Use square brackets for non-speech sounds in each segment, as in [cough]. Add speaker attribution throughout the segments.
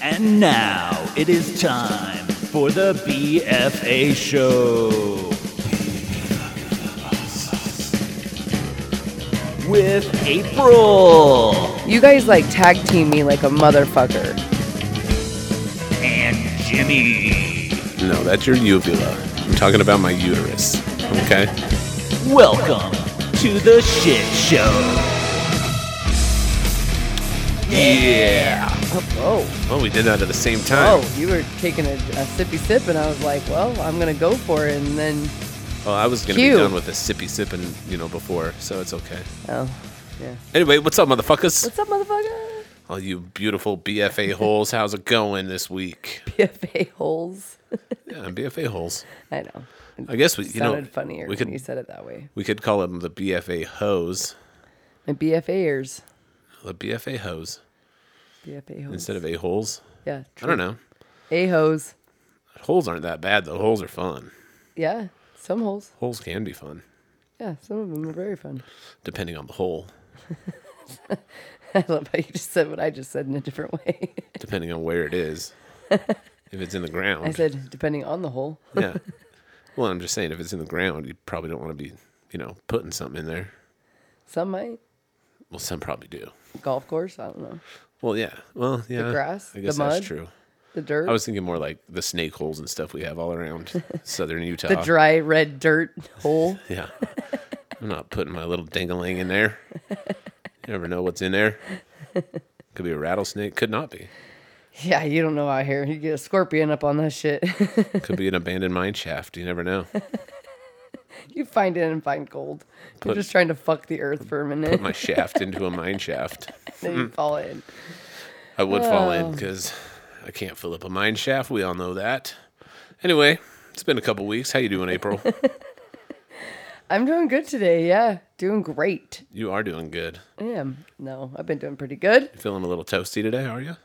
Speaker 1: And now it is time for the BFA show. With April
Speaker 2: You guys like tag team me like a motherfucker.
Speaker 1: and Jimmy.
Speaker 3: No, that's your uvula. I'm talking about my uterus. Okay?
Speaker 1: Welcome to the shit show.
Speaker 3: Yeah.
Speaker 2: Oh,
Speaker 3: Well, we did that at the same time.
Speaker 2: oh, you were taking a, a sippy sip, and I was like, well, I'm gonna go for it, and then,
Speaker 3: Well, Oh, I was gonna be
Speaker 2: Cute.
Speaker 3: done with a sippy sipping, you know, before, so it's okay.
Speaker 2: oh, yeah.
Speaker 3: Anyway, what's up, motherfuckers?
Speaker 2: What's up, motherfucker? [laughs]
Speaker 3: All you beautiful BFA holes, how's it going this week? Uh,
Speaker 2: PFA holes.
Speaker 3: Yeah, BFA holes.
Speaker 2: I know. It
Speaker 3: I guess we, you
Speaker 2: sounded
Speaker 3: know,
Speaker 2: funnier
Speaker 3: we
Speaker 2: when you
Speaker 3: could
Speaker 2: said it that way.
Speaker 3: we could call them the BFA hoes,
Speaker 2: And BFAers.
Speaker 3: the BFA hoes
Speaker 2: BFA hoes.
Speaker 3: instead of a holes.
Speaker 2: yeah.
Speaker 3: I don't know.
Speaker 2: A hoes.
Speaker 3: Holes aren't that bad though. Holes are fun.
Speaker 2: Yeah. Some holes.
Speaker 3: Holes can be fun,
Speaker 2: Yeah. Some of them are very fun. [laughs]
Speaker 3: depending on the hole,
Speaker 2: I love how you just said what I just said in a different [laughs] way.
Speaker 3: depending on where
Speaker 2: [laughs]
Speaker 3: it is. if it's in the ground,
Speaker 2: I said, depending on the hole.
Speaker 3: yeah. [laughs] Well, I'm just saying, if it's in the ground, you probably don't want to be, you know, putting something in there.
Speaker 2: Some might.
Speaker 3: Well, some probably do.
Speaker 2: Golf course. I don't know.
Speaker 3: Well, yeah. Well, yeah.
Speaker 2: grass,
Speaker 3: I
Speaker 2: the
Speaker 3: guess
Speaker 2: mud.
Speaker 3: that's true.
Speaker 2: The dirt.
Speaker 3: I was thinking more like the snake holes and stuff we have
Speaker 2: [laughs]
Speaker 3: all around southern Utah.
Speaker 2: the dry red dirt hole.
Speaker 3: yeah. I'm not putting my little dingling in there. You never know what's in there. Could be a rattlesnake. Could not be.
Speaker 2: Yeah, you don't know out here. You get a scorpion up on that shit. [laughs]
Speaker 3: Could be an abandoned mine shaft. You never know.
Speaker 2: you find it and find gold. You're
Speaker 3: Put-
Speaker 2: just trying to fuck the earth for a minute.
Speaker 3: Put my mm. shaft into a mine shaft.
Speaker 2: [laughs] then you fall in.
Speaker 3: I would fall in because I can't fill up a mine shaft. We all know that. Anyway, it's been a couple weeks. How you doing, April?
Speaker 2: [laughs] I'm doing good today. Yeah, doing great.
Speaker 3: you are doing good.
Speaker 2: I am. No, I've been doing pretty good.
Speaker 3: You feeling a little toasty today, are you?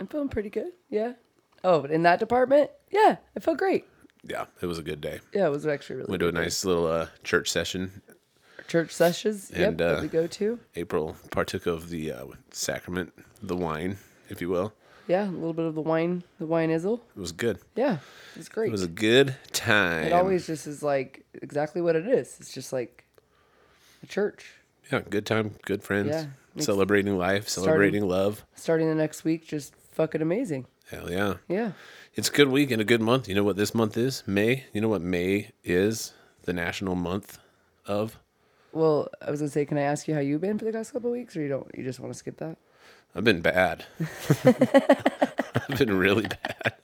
Speaker 2: I'm feeling pretty good. Yeah. Oh, but in that department, yeah, I feel great.
Speaker 3: Yeah, it was a good day.
Speaker 2: Yeah, it was actually really
Speaker 3: Went to a nice little uh, church session.
Speaker 2: good. church sessions.
Speaker 3: And,
Speaker 2: yep,
Speaker 3: uh,
Speaker 2: that we go to.
Speaker 3: April partook of the uh, sacrament, the wine, if you will.
Speaker 2: Yeah, a little bit of the wine, the wine izzle.
Speaker 3: It was good.
Speaker 2: Yeah, it's great.
Speaker 3: It was a good time.
Speaker 2: It always just is like exactly what it is. It's just like a church.
Speaker 3: yeah, good time, good friends,
Speaker 2: Yeah, makes-
Speaker 3: celebrating life, celebrating love.
Speaker 2: Starting the next week, just fucking amazing.
Speaker 3: Hell yeah.
Speaker 2: Yeah.
Speaker 3: It's a good week and a good month. You know what this month is? May. You know what May is? The national month of.
Speaker 2: Well, I was gonna say, can I ask you how you've been for the last couple of weeks, or you don't? You just want to skip that? [laughs]
Speaker 3: I've been bad. [laughs] I've been really bad.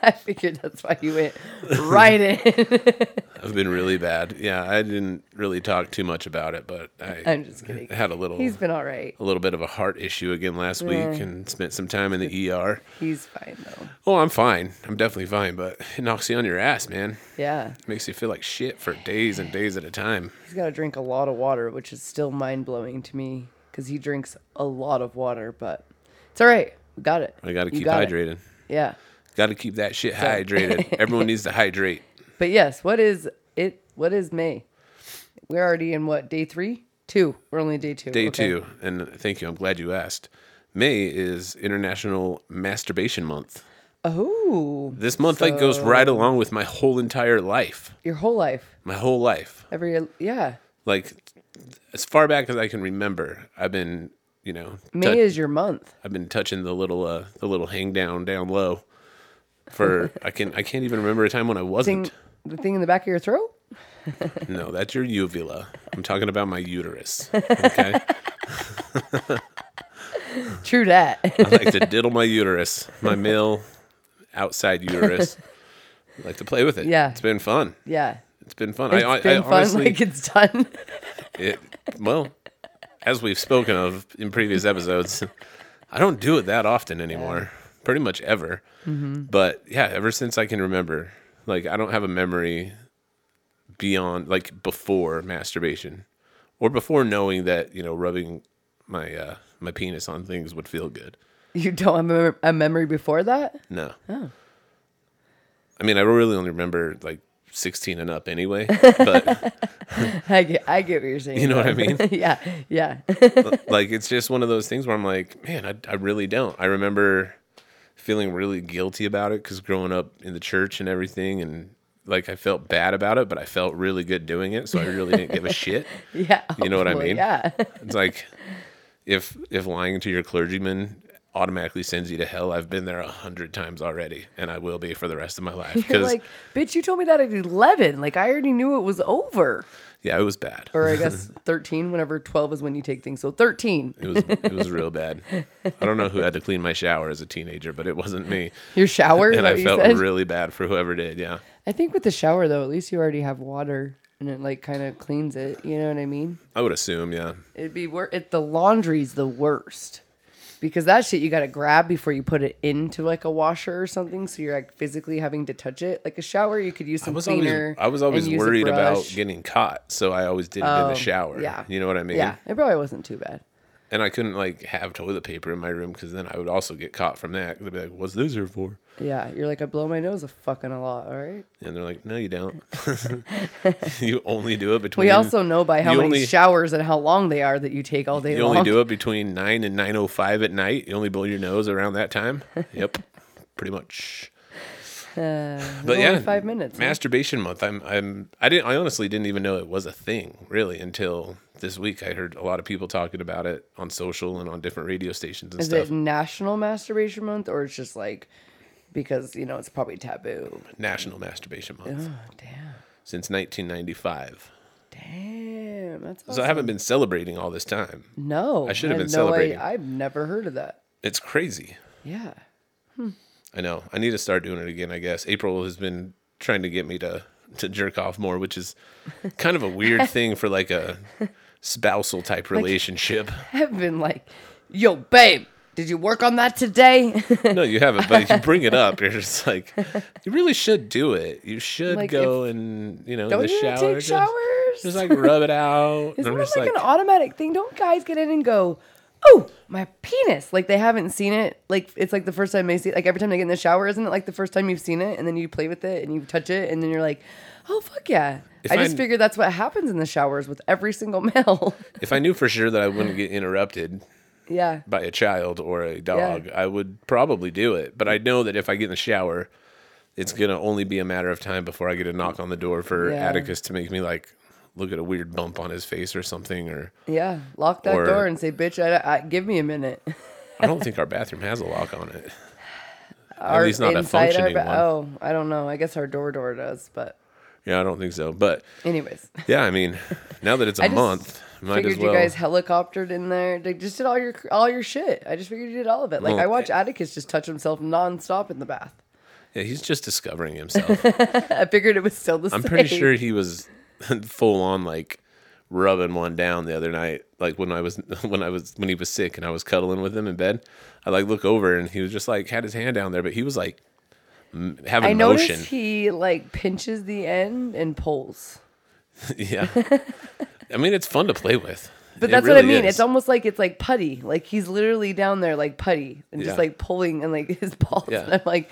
Speaker 2: I figured that's why you went right in. [laughs]
Speaker 3: I've been really bad. Yeah, I didn't really talk too much about it, but I
Speaker 2: I'm just kidding.
Speaker 3: had a little
Speaker 2: Oh, He's been all right.
Speaker 3: a little bit of a heart issue again last week and spent some time in the ER.
Speaker 2: He's fine though.
Speaker 3: Oh, I'm fine. I'm definitely fine, but it knocks you on your ass, man.
Speaker 2: Yeah,
Speaker 3: makes you feel like shit for days and days at a time.
Speaker 2: he's got to drink a lot of water, which is still mind blowing to me because he drinks a lot of water. But it's all right. We got it.
Speaker 3: I got to
Speaker 2: You
Speaker 3: keep
Speaker 2: it.
Speaker 3: hydrated.
Speaker 2: Yeah.
Speaker 3: Got to keep that
Speaker 2: [laughs]
Speaker 3: shit hydrated. Everyone needs to hydrate.
Speaker 2: But yes, what is it? What is May? We're already in what day three? Two. We're only day two.
Speaker 3: Day
Speaker 2: Okay.
Speaker 3: two, and thank you. I'm glad you asked. May is International Masturbation Month.
Speaker 2: Oh,
Speaker 3: This month like goes right along with my whole entire life.
Speaker 2: your whole life,
Speaker 3: My whole life.
Speaker 2: every yeah.
Speaker 3: Like as far back as I can remember, I've been, you know,
Speaker 2: May
Speaker 3: tou-
Speaker 2: is your month.
Speaker 3: I've been touching the little uh the little hang down down low
Speaker 2: [laughs]
Speaker 3: for I can I can't even remember a time when I
Speaker 2: Thing,
Speaker 3: wasn't.
Speaker 2: the thing in the back of your throat.
Speaker 3: No, that's your uvula. I'm talking about
Speaker 2: [laughs]
Speaker 3: my uterus. Okay.
Speaker 2: True that. [laughs]
Speaker 3: I [laughs] like to diddle my uterus, my male outside uterus. I like to play with it.
Speaker 2: Yeah.
Speaker 3: it's been fun.
Speaker 2: yeah,
Speaker 3: It's been fun.
Speaker 2: it's
Speaker 3: I,
Speaker 2: been
Speaker 3: I, I
Speaker 2: fun. [laughs]
Speaker 3: honestly,
Speaker 2: like it's done.
Speaker 3: it, well, as we've spoken of in previous episodes, I don't do it that often anymore. Pretty much ever.
Speaker 2: Mm-hmm.
Speaker 3: But yeah, ever since I can remember, like I don't have a memory beyond like before masturbation or before knowing that you know rubbing my uh, my penis on things would feel good.
Speaker 2: you don't have a mem- a memory before that.
Speaker 3: No. I mean, I really only remember like 16 and
Speaker 2: [laughs]
Speaker 3: up anyway. But
Speaker 2: I get, I get what you're saying. [laughs]
Speaker 3: you know what I mean?
Speaker 2: yeah, yeah.
Speaker 3: [laughs] like it's just one of those things where I'm like, man, I, I really don't. I remember feeling really guilty about it because growing up in the church and everything, and like I felt bad about it, but I felt really good doing it, so I really didn't give
Speaker 2: [laughs]
Speaker 3: a shit.
Speaker 2: yeah.
Speaker 3: You know what I
Speaker 2: hopefully,
Speaker 3: mean?
Speaker 2: Yeah. [laughs]
Speaker 3: It's like if if lying to your clergyman automatically sends you to hell. I've been there a hundred times already, and I will be for the rest of my
Speaker 2: [laughs]
Speaker 3: life.
Speaker 2: You're
Speaker 3: Because
Speaker 2: like, bitch, you told me that at 11. Like, I already knew it was over.
Speaker 3: yeah, it was bad.
Speaker 2: Or I
Speaker 3: [laughs]
Speaker 2: guess 13, whenever 12 is when you take things. So 13,
Speaker 3: It was it was real bad. I don't know who had to clean my shower as a teenager, but it wasn't me.
Speaker 2: your shower. is
Speaker 3: and
Speaker 2: that
Speaker 3: I
Speaker 2: what you
Speaker 3: felt
Speaker 2: said?
Speaker 3: really bad for whoever did. Yeah.
Speaker 2: I think with the shower, though, at least you already have water and it like kind of cleans it. You know what I mean?
Speaker 3: I would assume, yeah.
Speaker 2: It'd be worse. It, the laundry's the worst because that shit you got to grab before you put it into like a washer or something. So you're like physically having to touch it. Like a shower, you could use
Speaker 3: I
Speaker 2: some
Speaker 3: was
Speaker 2: cleaner.
Speaker 3: always I was
Speaker 2: and
Speaker 3: always
Speaker 2: use a
Speaker 3: worried about
Speaker 2: brush.
Speaker 3: getting caught, so I always did it in
Speaker 2: Oh,
Speaker 3: the shower.
Speaker 2: yeah.
Speaker 3: You know what I mean?
Speaker 2: Yeah, it probably wasn't too bad.
Speaker 3: And I couldn't like have toilet paper in my room because then I would also get caught from that. They'd be like, "What's this here for?"
Speaker 2: Yeah, you're like I blow my nose a fucking a lot. All right.
Speaker 3: And they're like, "No, you don't. [laughs] you only do it between."
Speaker 2: We also know by how
Speaker 3: you
Speaker 2: many
Speaker 3: only-
Speaker 2: showers and how long they are that you take all day
Speaker 3: you
Speaker 2: long.
Speaker 3: only do it between nine and nine oh five at night. You only blow your nose around
Speaker 2: [laughs]
Speaker 3: that time. Yep, pretty much. but
Speaker 2: Uh, only
Speaker 3: yeah,
Speaker 2: five minutes, huh?
Speaker 3: Masturbation month. I'm. I'm. I didn't. I honestly didn't even know it was a thing really until this week. I heard a lot of people talking about it on social and on different radio stations and
Speaker 2: Is
Speaker 3: stuff.
Speaker 2: it National Masturbation Month or it's just like because you know it's probably taboo? [sighs]
Speaker 3: National Masturbation Month
Speaker 2: Oh, damn,
Speaker 3: since 1995.
Speaker 2: damn, that's awesome.
Speaker 3: So I haven't been celebrating all this time.
Speaker 2: no,
Speaker 3: I should have
Speaker 2: had
Speaker 3: been
Speaker 2: no
Speaker 3: celebrating.
Speaker 2: I've never heard of that.
Speaker 3: It's crazy.
Speaker 2: Yeah, [laughs]
Speaker 3: I know. I need to start doing it again. I guess April has been trying to get me to to jerk off more, which is kind of
Speaker 2: [laughs]
Speaker 3: a weird thing for like a spousal type relationship. [laughs]
Speaker 2: I've been like, yo, babe, did you work on that today?
Speaker 3: no, you haven't, but you bring it up. You're just like, you really should do it. You should
Speaker 2: Like,
Speaker 3: go and you know in
Speaker 2: Don't
Speaker 3: the
Speaker 2: you
Speaker 3: shower.
Speaker 2: take
Speaker 3: just-
Speaker 2: showers?
Speaker 3: Just, like rub it out.
Speaker 2: [laughs] It's
Speaker 3: and I'm
Speaker 2: not
Speaker 3: just
Speaker 2: like,
Speaker 3: like,
Speaker 2: an automatic thing. Don't guys get in and go, oh, my penis. Like they haven't seen it. Like it's like the first time they see it. Like every time they get in the shower, isn't it like the first time you've seen it? And then you play with it and you touch it and then you're like, oh, fuck yeah.
Speaker 3: If
Speaker 2: I just
Speaker 3: I-
Speaker 2: figured that's what happens in the showers with every single [laughs] male.
Speaker 3: if I knew for sure that I wouldn't get interrupted
Speaker 2: yeah.
Speaker 3: by a child or a dog, I would probably do it. But I know that if I get in the shower, it's gonna only be a matter of time before I get a knock on the door for
Speaker 2: Yeah.
Speaker 3: Atticus to make me like look at a weird bump on his face or something. Or
Speaker 2: Yeah. Lock that
Speaker 3: Or-
Speaker 2: door and say, bitch, I, I, give me a minute.
Speaker 3: I don't think our bathroom has a lock on it.
Speaker 2: Or
Speaker 3: At least not a functioning
Speaker 2: ba-
Speaker 3: one.
Speaker 2: Oh, I don't know. I guess our door door does. But,
Speaker 3: Yeah, I don't think so. But
Speaker 2: anyways.
Speaker 3: yeah, I mean, now that it's a
Speaker 2: I just
Speaker 3: month, might
Speaker 2: figured
Speaker 3: as well.
Speaker 2: you guys helicoptered in there. They just did all your all your shit. I just figured you did all of it. Like
Speaker 3: Well, eh,
Speaker 2: I watch Atticus just touch himself nonstop in the bath.
Speaker 3: yeah, he's just discovering himself.
Speaker 2: I figured it was still the same.
Speaker 3: I'm pretty sure he was [laughs] full on like rubbing one down the other night. Like when I was [laughs] when I was when he was sick and I was cuddling with him in bed. I like look over and he was just like had his hand down there, but he was like m- having
Speaker 2: I noticed
Speaker 3: motion.
Speaker 2: he like pinches the end and pulls.
Speaker 3: [laughs] yeah. I mean, it's fun to play with.
Speaker 2: But
Speaker 3: It
Speaker 2: that's what I
Speaker 3: really
Speaker 2: mean.
Speaker 3: is.
Speaker 2: It's almost like it's like putty. Like he's literally down there like putty and just
Speaker 3: Yeah.
Speaker 2: like pulling and like [laughs] his balls.
Speaker 3: Yeah.
Speaker 2: And I'm like,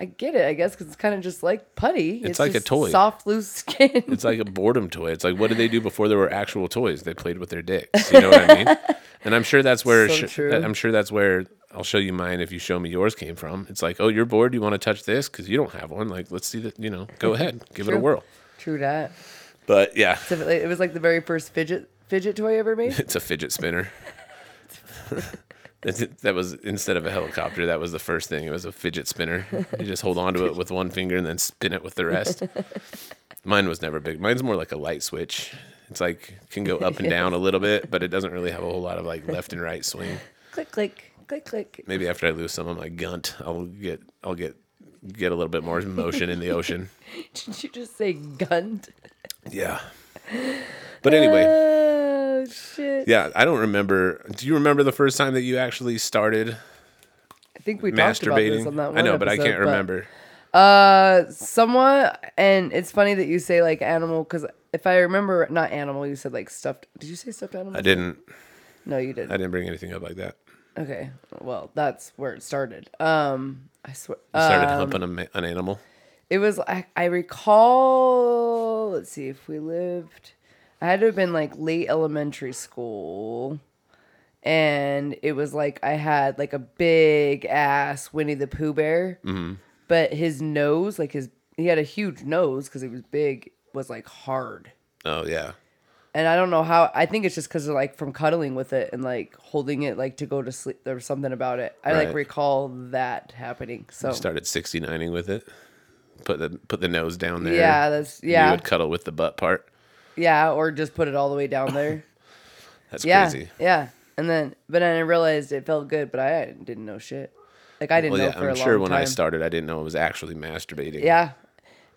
Speaker 2: I get it, I guess, because it's kind of just like putty. It's,
Speaker 3: like a
Speaker 2: just
Speaker 3: toy.
Speaker 2: soft, loose [laughs] skin.
Speaker 3: It's like a boredom toy. It's like what did they do before there were actual toys? They played with their dicks. You know what
Speaker 2: [laughs]
Speaker 3: I mean? And I'm sure that's where
Speaker 2: So true.
Speaker 3: I'm sure that's where I'll show you mine if you show me yours came from. It's like, oh, you're bored. You want to touch this because you don't have one. Like, let's see that. You know, go
Speaker 2: [laughs]
Speaker 3: ahead, give it a
Speaker 2: True.
Speaker 3: whirl.
Speaker 2: True that.
Speaker 3: But yeah,
Speaker 2: So It it was like the very first fidget fidget toy ever
Speaker 3: [laughs]
Speaker 2: made.
Speaker 3: it's a fidget spinner. That's it. that was instead of a helicopter. That was the first thing. It was a fidget spinner. You just hold on to it with one finger and then spin it with the rest. Mine was never big. Mine's more like a light switch. It's like can go up and down a little bit, but it doesn't really have a whole lot of like left and right swing.
Speaker 2: click click click click
Speaker 3: Maybe after I lose some of my gunt, I'll get I'll get get a little bit more motion in the ocean.
Speaker 2: did you just say gunned
Speaker 3: Yeah. But anyway,
Speaker 2: oh shit
Speaker 3: yeah, I don't remember. Do you remember the first time that you actually started
Speaker 2: i think we talked about this
Speaker 3: masturbating?
Speaker 2: on that one
Speaker 3: I know, but I
Speaker 2: episode,
Speaker 3: can't remember.
Speaker 2: uh somewhat and it's funny that you say like animal because if i remember not animal you said like stuffed did you say stuffed animal
Speaker 3: I didn't.
Speaker 2: no you
Speaker 3: I
Speaker 2: didn't
Speaker 3: didn't bring anything up like that.
Speaker 2: okay well that's where it started um i swear
Speaker 3: You started
Speaker 2: um,
Speaker 3: humping a ma- an animal.
Speaker 2: It was I, I recall let's see if we lived I had to have been like late elementary school and it was like I had like a big ass Winnie the Pooh bear
Speaker 3: Mm-hmm.
Speaker 2: but his nose like his he had a huge nose cuz it was big was like hard
Speaker 3: Oh yeah.
Speaker 2: and I don't know how. I think it's just because of like from cuddling with it and like holding it like to go to sleep. There was something about it. I
Speaker 3: Right.
Speaker 2: like recall that happening. So
Speaker 3: Started 69ing with it. Put the put the nose down there.
Speaker 2: yeah, that's
Speaker 3: You
Speaker 2: yeah,
Speaker 3: would cuddle with the butt part.
Speaker 2: yeah, or just put it all the way
Speaker 3: [laughs]
Speaker 2: down there.
Speaker 3: That's
Speaker 2: yeah,
Speaker 3: crazy.
Speaker 2: yeah. And then, but then I realized it felt good, but I didn't know shit. Like I didn't
Speaker 3: Well,
Speaker 2: know
Speaker 3: yeah,
Speaker 2: for
Speaker 3: I'm
Speaker 2: a
Speaker 3: sure
Speaker 2: long
Speaker 3: when
Speaker 2: time.
Speaker 3: I started, I didn't know it was actually masturbating.
Speaker 2: Yeah.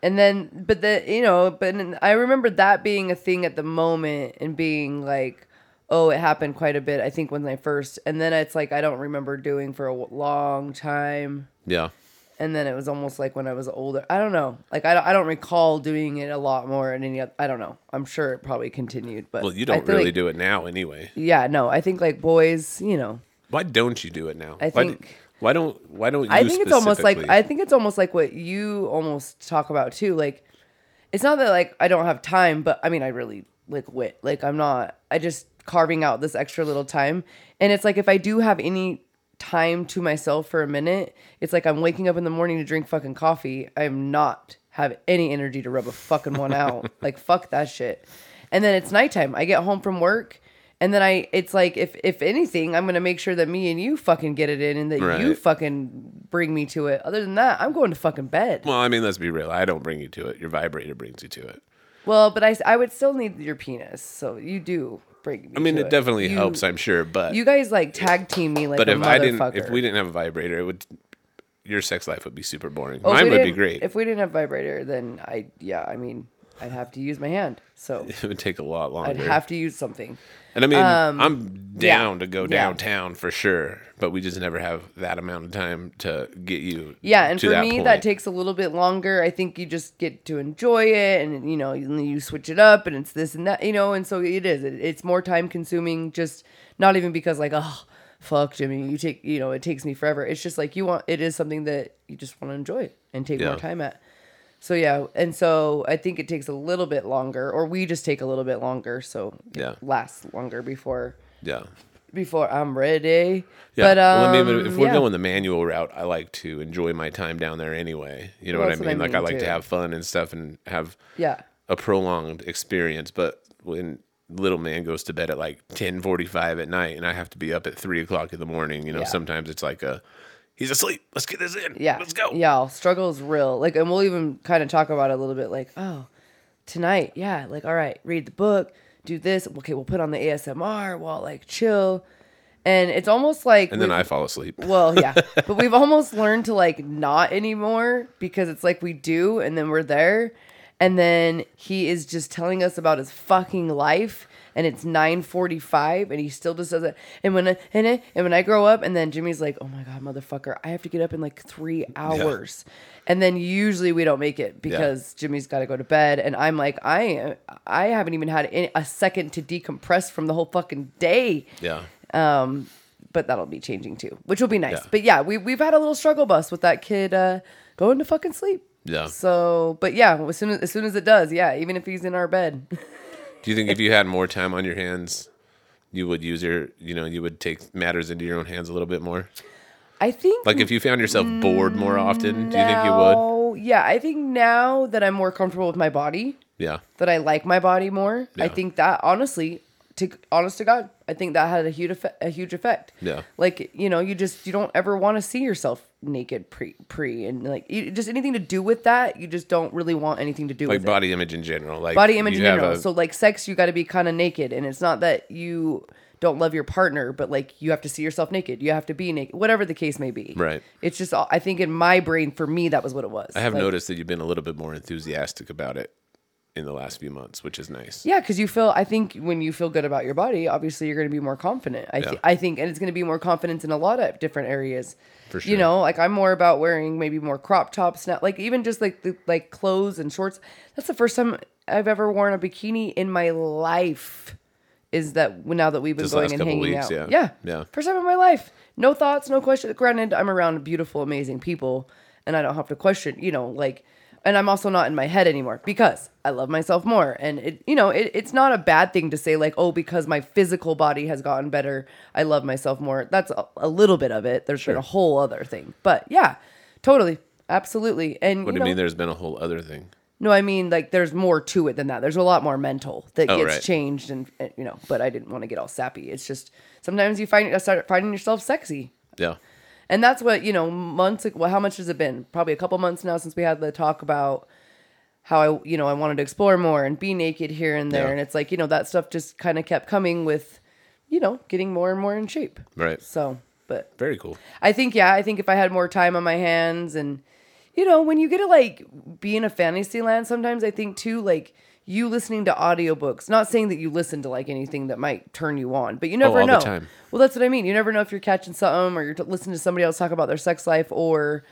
Speaker 2: And then, but the, you know, but n- I remember that being a thing at the moment and being like, oh, it happened quite a bit. I think when I first, and then it's like, I don't remember doing for a w- long time.
Speaker 3: Yeah.
Speaker 2: And then it was almost like when I was older. I don't know. Like, I don't, I don't recall doing it a lot more. And any, oth- I don't know. I'm sure it probably continued, but
Speaker 3: Well, you
Speaker 2: I
Speaker 3: don't
Speaker 2: feel
Speaker 3: really
Speaker 2: like-
Speaker 3: do it now anyway.
Speaker 2: Yeah. No, I think like boys, you know,
Speaker 3: Why don't you do it now?
Speaker 2: I
Speaker 3: Why d-
Speaker 2: think-
Speaker 3: Why, don't Why don't you?
Speaker 2: I think it's almost like
Speaker 3: specifically-
Speaker 2: I think it's almost like what you almost talk about too. Like it's not that like I don't have time, but I mean I really like wit. Like I'm not I just carving out this extra little time. And it's like if I do have any time to myself for a minute, it's like I'm waking up in the morning to drink fucking coffee. I'm not have any energy to rub a fucking one out. like fuck that shit. And then it's nighttime. I get home from work and then I it's like if if anything, I'm gonna make sure that me and you fucking get it in and that you
Speaker 3: Right.
Speaker 2: fucking bring me to it. Other than that, I'm going to fucking bed.
Speaker 3: Well, I mean, let's be real. I don't bring you to it. Your vibrator brings you to it.
Speaker 2: Well, but I, s- I would still need your penis, so you do bring. Me
Speaker 3: I mean,
Speaker 2: to
Speaker 3: it definitely
Speaker 2: You-
Speaker 3: helps, I'm sure. But
Speaker 2: You guys like tag team me like
Speaker 3: but
Speaker 2: a
Speaker 3: if
Speaker 2: motherfucker.
Speaker 3: I didn't, if we didn't have a vibrator, it would your sex life would be super boring.
Speaker 2: Oh, if
Speaker 3: Mine
Speaker 2: we
Speaker 3: would be
Speaker 2: didn't-
Speaker 3: great.
Speaker 2: If we didn't have vibrator, then I yeah, I mean, I'd have to use my hand,
Speaker 3: [laughs]
Speaker 2: so
Speaker 3: [laughs] it would take a lot longer.
Speaker 2: I'd have to use something.
Speaker 3: and I mean, I'm down to go
Speaker 2: yeah.
Speaker 3: downtown for sure. But we just never have that amount of time to get you.
Speaker 2: Yeah, and
Speaker 3: to
Speaker 2: for me that
Speaker 3: point.
Speaker 2: takes a little bit longer. I think you just get to enjoy it, and you know, you you switch it up, and it's this and that, you know, and so it is. It, it's more time consuming. Just not even because like oh fuck Jimmy, you take you know it takes me forever. It's just like you want. It is something that you just want to enjoy and take
Speaker 3: Yeah.
Speaker 2: more time at. So yeah, and so I think it takes a little bit longer, or we just take a little bit longer, so it
Speaker 3: Yeah.
Speaker 2: lasts longer before
Speaker 3: yeah.
Speaker 2: before I'm ready.
Speaker 3: Yeah.
Speaker 2: But um,
Speaker 3: well, I mean, if we're
Speaker 2: yeah.
Speaker 3: going the manual route, I like to enjoy my time down there anyway. You know
Speaker 2: Well,
Speaker 3: what I
Speaker 2: that's
Speaker 3: mean?
Speaker 2: what I
Speaker 3: like I
Speaker 2: mean,
Speaker 3: like to
Speaker 2: too.
Speaker 3: have fun and stuff and have
Speaker 2: yeah.
Speaker 3: a prolonged experience. But when little man goes to bed at like ten forty five at night, and I have to be up at three o'clock in the morning, you know,
Speaker 2: Yeah.
Speaker 3: sometimes it's like a he's asleep. Let's get this in.
Speaker 2: Yeah.
Speaker 3: let's go.
Speaker 2: Yeah, struggle is real. Like, and we'll even kind of talk about it a little bit. Like, oh, tonight, yeah. Like, all right, read the book, do this. Okay, we'll put on the ASMR. We'll like chill, and it's almost like.
Speaker 3: And then
Speaker 2: we've-
Speaker 3: I fall asleep.
Speaker 2: [laughs] Well, yeah, but we've almost learned to like not anymore because it's like we do, and then we're there, and then he is just telling us about his fucking life, and it's nine forty five, and he still just does it. And when I, and I, and when I grow up, and then Jimmy's like, "Oh my god, motherfucker, I have to get up in like three hours," and then usually we don't make it because Jimmy's got to go to bed, and I'm like, I I haven't even had any, a second to decompress from the whole fucking day
Speaker 3: Yeah.
Speaker 2: but that'll be changing too, which will be nice.
Speaker 3: Yeah.
Speaker 2: But yeah, we we've had a little struggle bus with that kid uh, going to fucking sleep.
Speaker 3: Yeah.
Speaker 2: So, but yeah, as soon as, as soon as it does, yeah, even if he's in our bed, [laughs]
Speaker 3: Do you think if you had more time on your hands, you would use your, you know, you would take matters into your own hands a little bit more?
Speaker 2: I think
Speaker 3: Like if you found yourself bored more often, do you think you would?
Speaker 2: now, Yeah, I think now that I'm more comfortable with my body,
Speaker 3: Yeah.
Speaker 2: that I like my body more,
Speaker 3: Yeah.
Speaker 2: I think that honestly, to honest to God, I think that had a huge effect, a huge effect.
Speaker 3: Yeah.
Speaker 2: Like you know, you just you don't ever want to see yourself naked pre pre and like you, just anything to do with that, you just don't really want anything to do
Speaker 3: Like
Speaker 2: with it.
Speaker 3: body image in general. Like
Speaker 2: body image
Speaker 3: you
Speaker 2: in
Speaker 3: have
Speaker 2: general.
Speaker 3: a-
Speaker 2: so like sex, you got to be kind of naked, and it's not that you don't love your partner, but like you have to see yourself naked. You have to be naked, whatever the case may be.
Speaker 3: Right.
Speaker 2: It's just all, I think in my brain, for me, that was what it was.
Speaker 3: I have
Speaker 2: Like,
Speaker 3: noticed that you've been a little bit more enthusiastic about it in the last few months, which is nice.
Speaker 2: Yeah, because you feel. I think when you feel good about your body, obviously you're going to be more confident. I,
Speaker 3: Yeah.
Speaker 2: th- I think, and it's going to be more confidence in a lot of different areas.
Speaker 3: For
Speaker 2: You
Speaker 3: sure.
Speaker 2: know, like I'm more about wearing maybe more crop tops now, like even just like the like clothes and shorts. That's the first time I've ever worn a bikini in my life. Is that now that we've been
Speaker 3: This
Speaker 2: going
Speaker 3: last
Speaker 2: and
Speaker 3: couple
Speaker 2: hanging
Speaker 3: weeks,
Speaker 2: out?
Speaker 3: yeah.
Speaker 2: yeah,
Speaker 3: Yeah.
Speaker 2: First time in my life. No thoughts, no question. Granted, I'm around beautiful, amazing people, and I don't have to question. You know, like and I'm also not in my head anymore because I love myself more. And it, you know, it, it's not a bad thing to say like, oh, because my physical body has gotten better, I love myself more. That's a, a little bit of it. There's been a whole other thing, but yeah, totally, absolutely. And
Speaker 3: What
Speaker 2: you
Speaker 3: do you
Speaker 2: know,
Speaker 3: mean? There's been a whole other thing.
Speaker 2: no, I mean like there's more to it than that. There's a lot more mental that
Speaker 3: Oh,
Speaker 2: gets
Speaker 3: right.
Speaker 2: changed, and and, you know. But I didn't want to get all sappy. It's just sometimes you find uh, start finding yourself sexy.
Speaker 3: Yeah.
Speaker 2: And that's what, you know, months ago, well, how much has it been? Probably a couple months now since we had the talk about how I, you know, I wanted to explore more and be naked here and there.
Speaker 3: Yeah.
Speaker 2: And it's like, you know, that stuff just kind of kept coming with, you know, getting more and more in shape.
Speaker 3: Right.
Speaker 2: So, but
Speaker 3: Very cool.
Speaker 2: I think, yeah, I think if I had more time on my hands and, you know, when you get to like be in a fantasy land, sometimes I think too, like, you listening to audiobooks, not saying that you listen to like anything that might turn you on, but you never
Speaker 3: Oh, all the
Speaker 2: know.
Speaker 3: time.
Speaker 2: Well, that's what I mean. You never know if you're catching something or you're t- listening to somebody else talk about their sex life or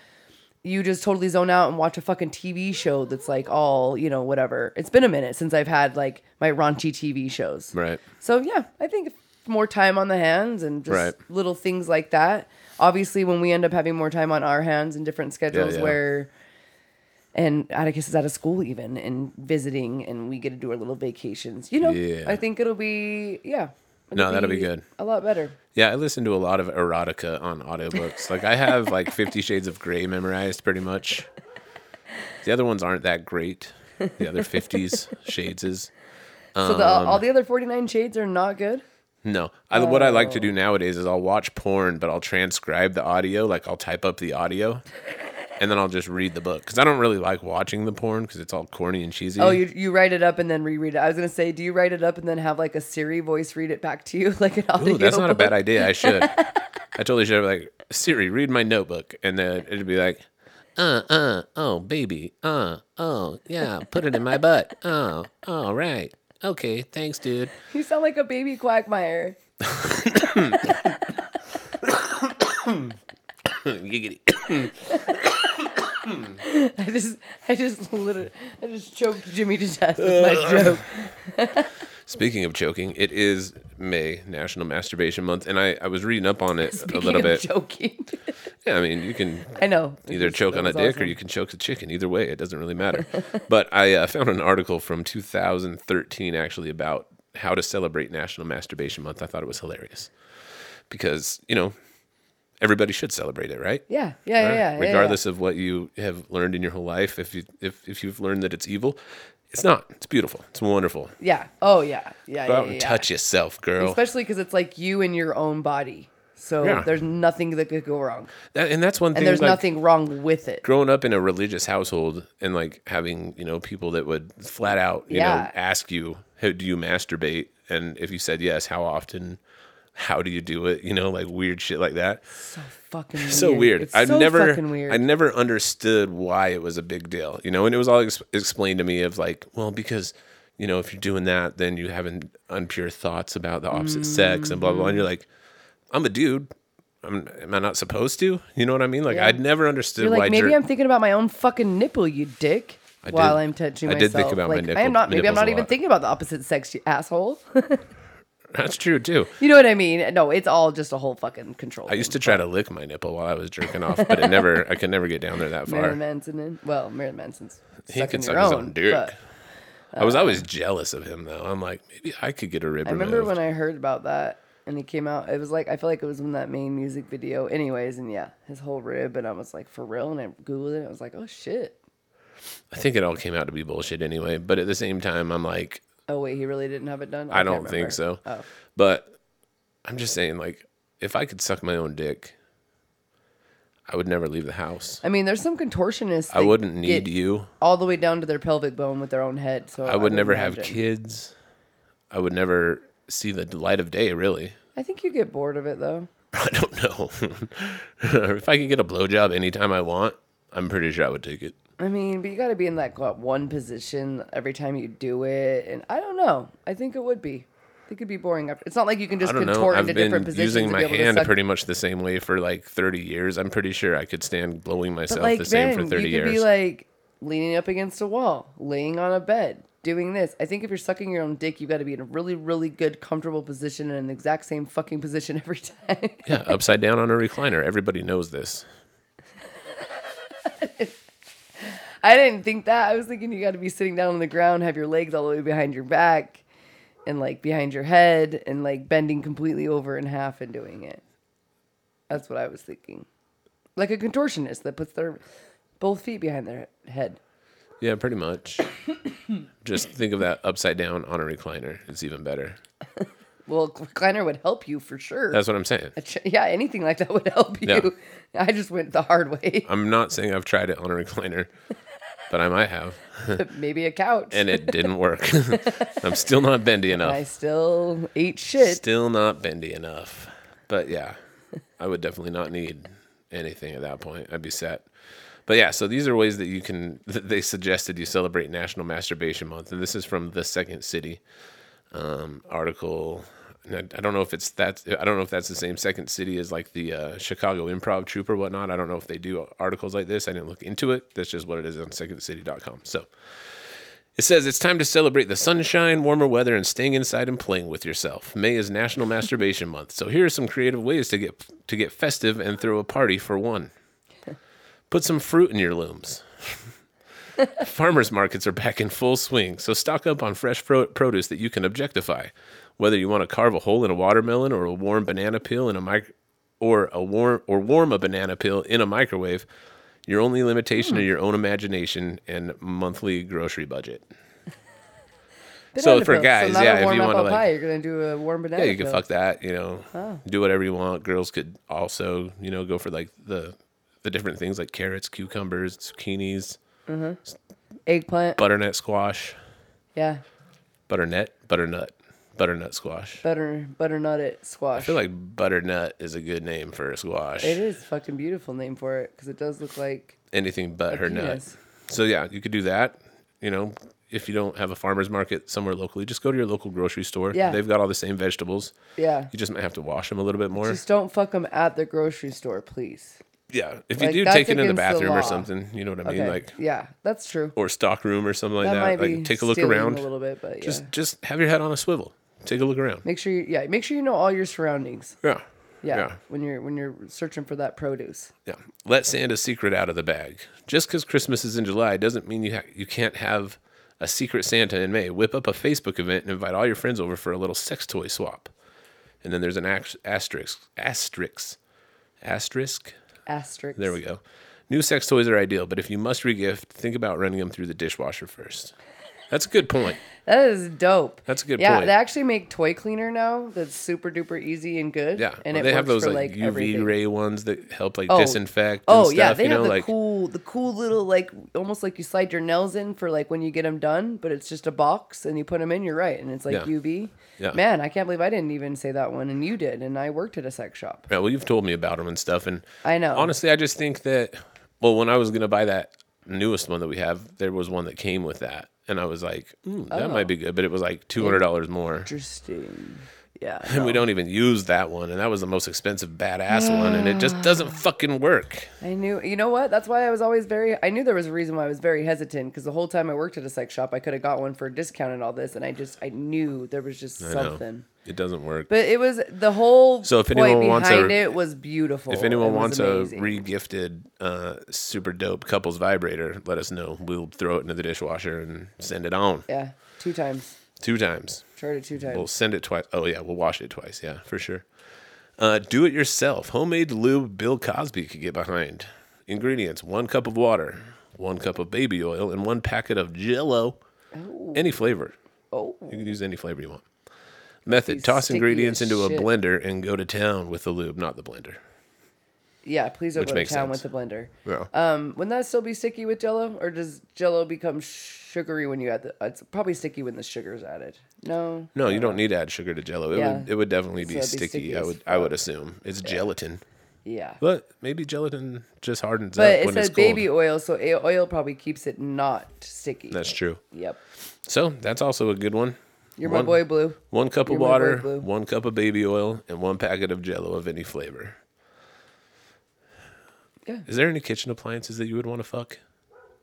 Speaker 2: you just totally zone out and watch a fucking TV show that's like all, you know, whatever. It's been a minute since I've had like my raunchy TV shows.
Speaker 3: Right.
Speaker 2: So yeah, I think more time on the hands and just
Speaker 3: Right.
Speaker 2: little things like that. Obviously, when we end up having more time on our hands and different schedules
Speaker 3: yeah.
Speaker 2: where and Atticus is out of school even and visiting and we get to do our little vacations. You know,
Speaker 3: Yeah.
Speaker 2: I think it'll be yeah.
Speaker 3: No, that'll be good.
Speaker 2: A lot better.
Speaker 3: Yeah, I listen to a lot of erotica on audiobooks. like I have like 50 shades of gray memorized pretty much. The other ones aren't that great.
Speaker 2: [laughs]
Speaker 3: The other 50s shades is.
Speaker 2: So the,
Speaker 3: Um,
Speaker 2: all the other 49 shades are not good.
Speaker 3: No. I, What I like to
Speaker 2: Oh.
Speaker 3: do nowadays is I'll watch porn, but I'll transcribe the audio. Like I'll type up the audio and then I'll just read the book because I don't really like watching the porn because it's all corny and cheesy.
Speaker 2: Oh, you you write it up and then reread it. I was going to say, do you write it up and then have like a Siri voice read it back to you [laughs] like an audio?
Speaker 3: Ooh, that's not a
Speaker 2: book? [laughs]
Speaker 3: bad idea. I should. I totally should. Like Siri, read my notebook, and then it'd be like, uh, uh, oh, baby, uh, oh, yeah, put it in my butt. Oh, all right, okay, thanks, dude. [laughs]
Speaker 2: You sound like a baby quackmire.
Speaker 3: Giggity.
Speaker 2: I just, I just literally, I just choked Jimmy to death with
Speaker 3: [laughs]
Speaker 2: my joke.
Speaker 3: Speaking of choking, it is May National Masturbation Month, and I, I was reading up on
Speaker 2: [laughs]
Speaker 3: it
Speaker 2: Speaking
Speaker 3: a little
Speaker 2: of
Speaker 3: bit.
Speaker 2: joking. [laughs]
Speaker 3: yeah, I mean, you can
Speaker 2: I know.
Speaker 3: either
Speaker 2: It's-
Speaker 3: choke
Speaker 2: that
Speaker 3: on a
Speaker 2: was
Speaker 3: dick or
Speaker 2: awesome.
Speaker 3: you can choke a chicken. Either way, it doesn't
Speaker 2: [laughs]
Speaker 3: really matter. but I uh, found an article from 2013 actually about how to celebrate National Masturbation Month. I thought it was hilarious because you know everybody should celebrate it, right?
Speaker 2: Yeah, yeah, yeah,
Speaker 3: Right?
Speaker 2: yeah. yeah, yeah.
Speaker 3: Regardless of what you have learned in your whole life, if you if if you've learned that it's evil, it's not. It's beautiful. It's wonderful.
Speaker 2: Yeah. Oh yeah. Yeah.
Speaker 3: Go
Speaker 2: yeah,
Speaker 3: out
Speaker 2: yeah,
Speaker 3: and
Speaker 2: yeah.
Speaker 3: touch yourself, girl.
Speaker 2: Especially because it's like you and your own body. So
Speaker 3: Yeah.
Speaker 2: there's nothing that could go wrong,
Speaker 3: That- and that's one thing.
Speaker 2: and there's
Speaker 3: like,
Speaker 2: nothing wrong with it.
Speaker 3: growing up in a religious household and like having you know people that would flat out you know
Speaker 2: Yeah.
Speaker 3: ask you hey, do you masturbate and if you said yes how often how do you do it you know like weird shit like that
Speaker 2: So fucking weird.
Speaker 3: so weird
Speaker 2: It's
Speaker 3: i've
Speaker 2: so
Speaker 3: never
Speaker 2: fucking weird.
Speaker 3: i never understood why it was a big deal you know and it was all ex- explained to me of like well because you know if you're doing that then you having impure thoughts about the opposite sex and blah blah blah and you're like
Speaker 2: Mm-hmm.
Speaker 3: i'm a dude I'm, am I not supposed to? You know what I mean? Like
Speaker 2: Yeah.
Speaker 3: I'd never understood
Speaker 2: You're
Speaker 3: why
Speaker 2: like, maybe
Speaker 3: jer-
Speaker 2: I'm thinking about my own fucking nipple, you dick.
Speaker 3: I
Speaker 2: while
Speaker 3: did-
Speaker 2: I'm touching
Speaker 3: I
Speaker 2: myself,
Speaker 3: did think about my
Speaker 2: like, I
Speaker 3: nipple-
Speaker 2: am not. Maybe I'm
Speaker 3: nipples a
Speaker 2: not even
Speaker 3: lot.
Speaker 2: thinking about the opposite sex, you asshole.
Speaker 3: That's true too.
Speaker 2: you know what I mean? No, it's all just a whole fucking control.
Speaker 3: I used to try to lick my nipple while I was jerking off, but it
Speaker 2: [laughs]
Speaker 3: never I could never get down there that far.
Speaker 2: Marilyn Manson. and- Well, Marilyn Manson's
Speaker 3: He
Speaker 2: sucking
Speaker 3: could suck
Speaker 2: your
Speaker 3: his
Speaker 2: own,
Speaker 3: own dick.
Speaker 2: but
Speaker 3: I was always jealous of him though. I'm like, maybe I could get a rib
Speaker 2: I remember
Speaker 3: removed.
Speaker 2: when I heard about that and he came out. It was like I feel like it was in that main music video, anyways. And yeah, his whole rib, and I was like, for real. And I googled it. And I was like, oh shit.
Speaker 3: I think it all came out to be bullshit anyway, but at the same time I'm like,
Speaker 2: Oh wait, he really didn't have it done.
Speaker 3: I,
Speaker 2: can't
Speaker 3: don't think
Speaker 2: remember.
Speaker 3: so.
Speaker 2: Oh.
Speaker 3: But I'm just saying like if I could suck my own dick, I would never leave the house.
Speaker 2: I mean, there's some contortionists.
Speaker 3: I
Speaker 2: that
Speaker 3: wouldn't
Speaker 2: get
Speaker 3: need you.
Speaker 2: all the way down to their pelvic bone with their own head. So
Speaker 3: I would
Speaker 2: would
Speaker 3: never have
Speaker 2: imagine.
Speaker 3: kids. I would never see the light of day, really.
Speaker 2: I think you get bored of it though.
Speaker 3: [laughs] I don't know. if I could get a blowjob anytime I want, I'm pretty sure I would take it.
Speaker 2: I mean, but you got to be in that what, one position every time you do it, and I don't know. I think it would be. I think it'd be boring. After. It's not like you can
Speaker 3: I
Speaker 2: just
Speaker 3: don't know.
Speaker 2: contort
Speaker 3: I've
Speaker 2: into
Speaker 3: been
Speaker 2: different positions.
Speaker 3: using
Speaker 2: and
Speaker 3: my
Speaker 2: be able to
Speaker 3: hand
Speaker 2: suck-
Speaker 3: pretty much the same way for like 30 years. I'm pretty sure I could stand blowing myself
Speaker 2: But like,
Speaker 3: the same
Speaker 2: Ben,
Speaker 3: for 30
Speaker 2: you could
Speaker 3: years.
Speaker 2: be like leaning up against a wall, laying on a bed, doing this. I think if you're sucking your own dick, you've got to be in a really, really good, comfortable position and in the exact same fucking position [laughs] every time.
Speaker 3: yeah, upside down on a recliner. Everybody knows this.
Speaker 2: I didn't think that. I was thinking you got to be sitting down on the ground, have your legs all the way behind your back, and like behind your head, and like bending completely over in half and doing it. That's what I was thinking, like a contortionist that puts their both feet behind their head.
Speaker 3: Yeah,
Speaker 2: [coughs]
Speaker 3: pretty much. Just think of that upside down on a recliner. It's even better.
Speaker 2: Well, recliner would help you for sure.
Speaker 3: That's what I'm saying.
Speaker 2: A ch- [laughs] yeah, anything like that would help you.
Speaker 3: Yeah.
Speaker 2: I just went the hard
Speaker 3: [laughs]
Speaker 2: way.
Speaker 3: I'm not saying I've tried it on a recliner, but I might have,
Speaker 2: Maybe a couch.
Speaker 3: and it didn't work. [laughs] I'm still
Speaker 2: [laughs]
Speaker 3: not bendy
Speaker 2: I
Speaker 3: enough.
Speaker 2: still ate shit.
Speaker 3: Still not bendy enough. But yeah, [laughs] I would definitely not need anything at that point. I'd be set. But yeah, so these are ways that you can. [laughs] That they suggested you celebrate National Masturbation Month, and this is from the Second City um, article. And I I don't know if it's that. I don't know if that's the same Second City as like the uh, Chicago Improv Troupe or whatnot. I don't know if they do articles like this. I didn't look into it. That's just what it is on SecondCity.com. So it says it's time to celebrate the sunshine, warmer weather, and staying inside and playing with yourself. May is National Masturbation Month, so here are some creative ways to get to get festive and throw a party for one. Put some fruit in your looms. [laughs] Farmers markets are back in full swing, so stock up on fresh fro- produce that you can objectify. Whether you want to carve a hole in a watermelon or a warm banana peel in a mic- or a warm or warm a banana peel in a microwave, your only limitation are your own imagination and monthly grocery budget. so
Speaker 2: Banana
Speaker 3: for
Speaker 2: peel.
Speaker 3: guys,
Speaker 2: not a
Speaker 3: yeah, if
Speaker 2: warm
Speaker 3: you wanna,
Speaker 2: apple
Speaker 3: like-
Speaker 2: pie, you're gonna do a warm banana.
Speaker 3: Yeah, you can
Speaker 2: peel.
Speaker 3: fuck that. You know, do whatever you want. Girls could also, you know, go for like the the different things like carrots, cucumbers, zucchinis,
Speaker 2: eggplant.
Speaker 3: butternut squash,
Speaker 2: yeah,
Speaker 3: butternut, butternut, butternut squash.
Speaker 2: butter butternut it squash.
Speaker 3: I feel like butternut is a good name for a squash.
Speaker 2: it is a fucking beautiful name for it because it does look like
Speaker 3: Anything but her
Speaker 2: penis.
Speaker 3: nut. So yeah, you could do that. You know, if you don't have a farmer's market somewhere locally, just go to your local grocery store.
Speaker 2: Yeah.
Speaker 3: They've got all the same vegetables.
Speaker 2: yeah.
Speaker 3: You just might have to wash them a little bit more.
Speaker 2: Just don't fuck them at the grocery store, please.
Speaker 3: yeah. If you
Speaker 2: like,
Speaker 3: do
Speaker 2: that's
Speaker 3: take it in the
Speaker 2: against the
Speaker 3: bathroom
Speaker 2: law.
Speaker 3: or something, you know what I mean?
Speaker 2: Okay.
Speaker 3: Like
Speaker 2: yeah, that's true.
Speaker 3: or stock room or something like
Speaker 2: That,
Speaker 3: that.
Speaker 2: might be
Speaker 3: like take a look
Speaker 2: stealing
Speaker 3: around.
Speaker 2: a little bit, but yeah.
Speaker 3: just just have your head on a swivel. Take a look around.
Speaker 2: make sure you yeah make sure you know all your surroundings.
Speaker 3: Yeah.
Speaker 2: Yeah,
Speaker 3: Yeah.
Speaker 2: when you're when you're searching for that produce.
Speaker 3: Yeah. Let Santa's secret out of the bag. Just because Christmas is in July doesn't mean you ha- you can't have a secret Santa in May. Whip up a Facebook event and invite all your friends over for a little sex toy swap. And then there's an ax- asterisk asterisk asterisk.
Speaker 2: Asterisk.
Speaker 3: There we go. New sex toys are ideal, but if you must regift, think about running them through the dishwasher first. That's a good point.
Speaker 2: That is dope.
Speaker 3: That's a good
Speaker 2: yeah,
Speaker 3: point.
Speaker 2: they actually make toy cleaner now that's super duper easy and good.
Speaker 3: Yeah,
Speaker 2: and
Speaker 3: well,
Speaker 2: it
Speaker 3: they
Speaker 2: works
Speaker 3: have those
Speaker 2: for,
Speaker 3: like,
Speaker 2: like,
Speaker 3: UV
Speaker 2: everything.
Speaker 3: ray ones that help like
Speaker 2: Oh.
Speaker 3: disinfect.
Speaker 2: Oh
Speaker 3: and stuff,
Speaker 2: yeah, they
Speaker 3: you
Speaker 2: have
Speaker 3: know,
Speaker 2: the
Speaker 3: like
Speaker 2: cool, the cool little like almost like you slide your nails in for like when you get them done, but it's just a box and you put them in. You're right, and it's like
Speaker 3: Yeah.
Speaker 2: UV.
Speaker 3: Yeah.
Speaker 2: Man, I can't believe I didn't even say that one, and you did, and I worked at a sex shop.
Speaker 3: Yeah, well, you've told me about them and stuff, and
Speaker 2: I know.
Speaker 3: Honestly, I just think that. Well, when I was gonna buy that newest one that we have, there was one that came with that, and I was like, mm, that
Speaker 2: Oh.
Speaker 3: might be good, but it was like two hundred dollars more,
Speaker 2: Interesting. Yeah.
Speaker 3: and [laughs] we don't even use that one, and that was the most expensive badass one, and it just doesn't fucking work.
Speaker 2: I knew. You know what? That's why I was always very. I knew there was a reason why I was very hesitant because the whole time I worked at a sex shop, I could have got one for a discount and all this, and I just I knew there was just
Speaker 3: I know.
Speaker 2: something.
Speaker 3: It doesn't work.
Speaker 2: But it was the whole
Speaker 3: So if
Speaker 2: point
Speaker 3: anyone wants a-
Speaker 2: behind it was beautiful.
Speaker 3: if
Speaker 2: It
Speaker 3: anyone
Speaker 2: was
Speaker 3: wants
Speaker 2: amazing.
Speaker 3: a regifted, uh, super dope couples vibrator, let us know. We'll throw it into the dishwasher and send it on
Speaker 2: yeah, two times.
Speaker 3: two times.
Speaker 2: Tried it two times.
Speaker 3: We'll send it twice. Oh yeah, we'll wash it twice. Yeah, for sure. Uh, do it yourself. Homemade lube. Bill Cosby could get behind. Ingredients: one cup of water, one cup of baby oil, and one packet of Jello. Any flavor.
Speaker 2: oh,
Speaker 3: You can use any flavor you want. Method:
Speaker 2: Be
Speaker 3: toss
Speaker 2: sticky
Speaker 3: ingredients
Speaker 2: as
Speaker 3: into a
Speaker 2: shit.
Speaker 3: blender and go to town with the lube, not the blender.
Speaker 2: yeah. Please don't
Speaker 3: Which
Speaker 2: go to
Speaker 3: makes
Speaker 2: town
Speaker 3: sense.
Speaker 2: with the blender.
Speaker 3: Yeah.
Speaker 2: Um, wouldn't that still be sticky with Jello, or does Jello become sugary when you add the? It's probably sticky when the sugar's added. No.
Speaker 3: No, you don't need to add sugar to Jello. It
Speaker 2: Yeah.
Speaker 3: would it would definitely be
Speaker 2: So it'd be
Speaker 3: sticky.
Speaker 2: sticky
Speaker 3: I
Speaker 2: as
Speaker 3: would I would assume it's gelatin,
Speaker 2: Yeah.
Speaker 3: but maybe gelatin just hardens
Speaker 2: But
Speaker 3: up
Speaker 2: it
Speaker 3: when
Speaker 2: says
Speaker 3: it's cold.
Speaker 2: baby oil, so a- oil probably keeps it not sticky.
Speaker 3: That's true.
Speaker 2: yep.
Speaker 3: So that's also a good one.
Speaker 2: You're
Speaker 3: one,
Speaker 2: my boy blue.
Speaker 3: One cup of
Speaker 2: You're my boy
Speaker 3: water,
Speaker 2: blue.
Speaker 3: one cup of baby oil, and one packet of Jello of any flavor.
Speaker 2: Yeah.
Speaker 3: Is there any kitchen appliances that you would want to fuck?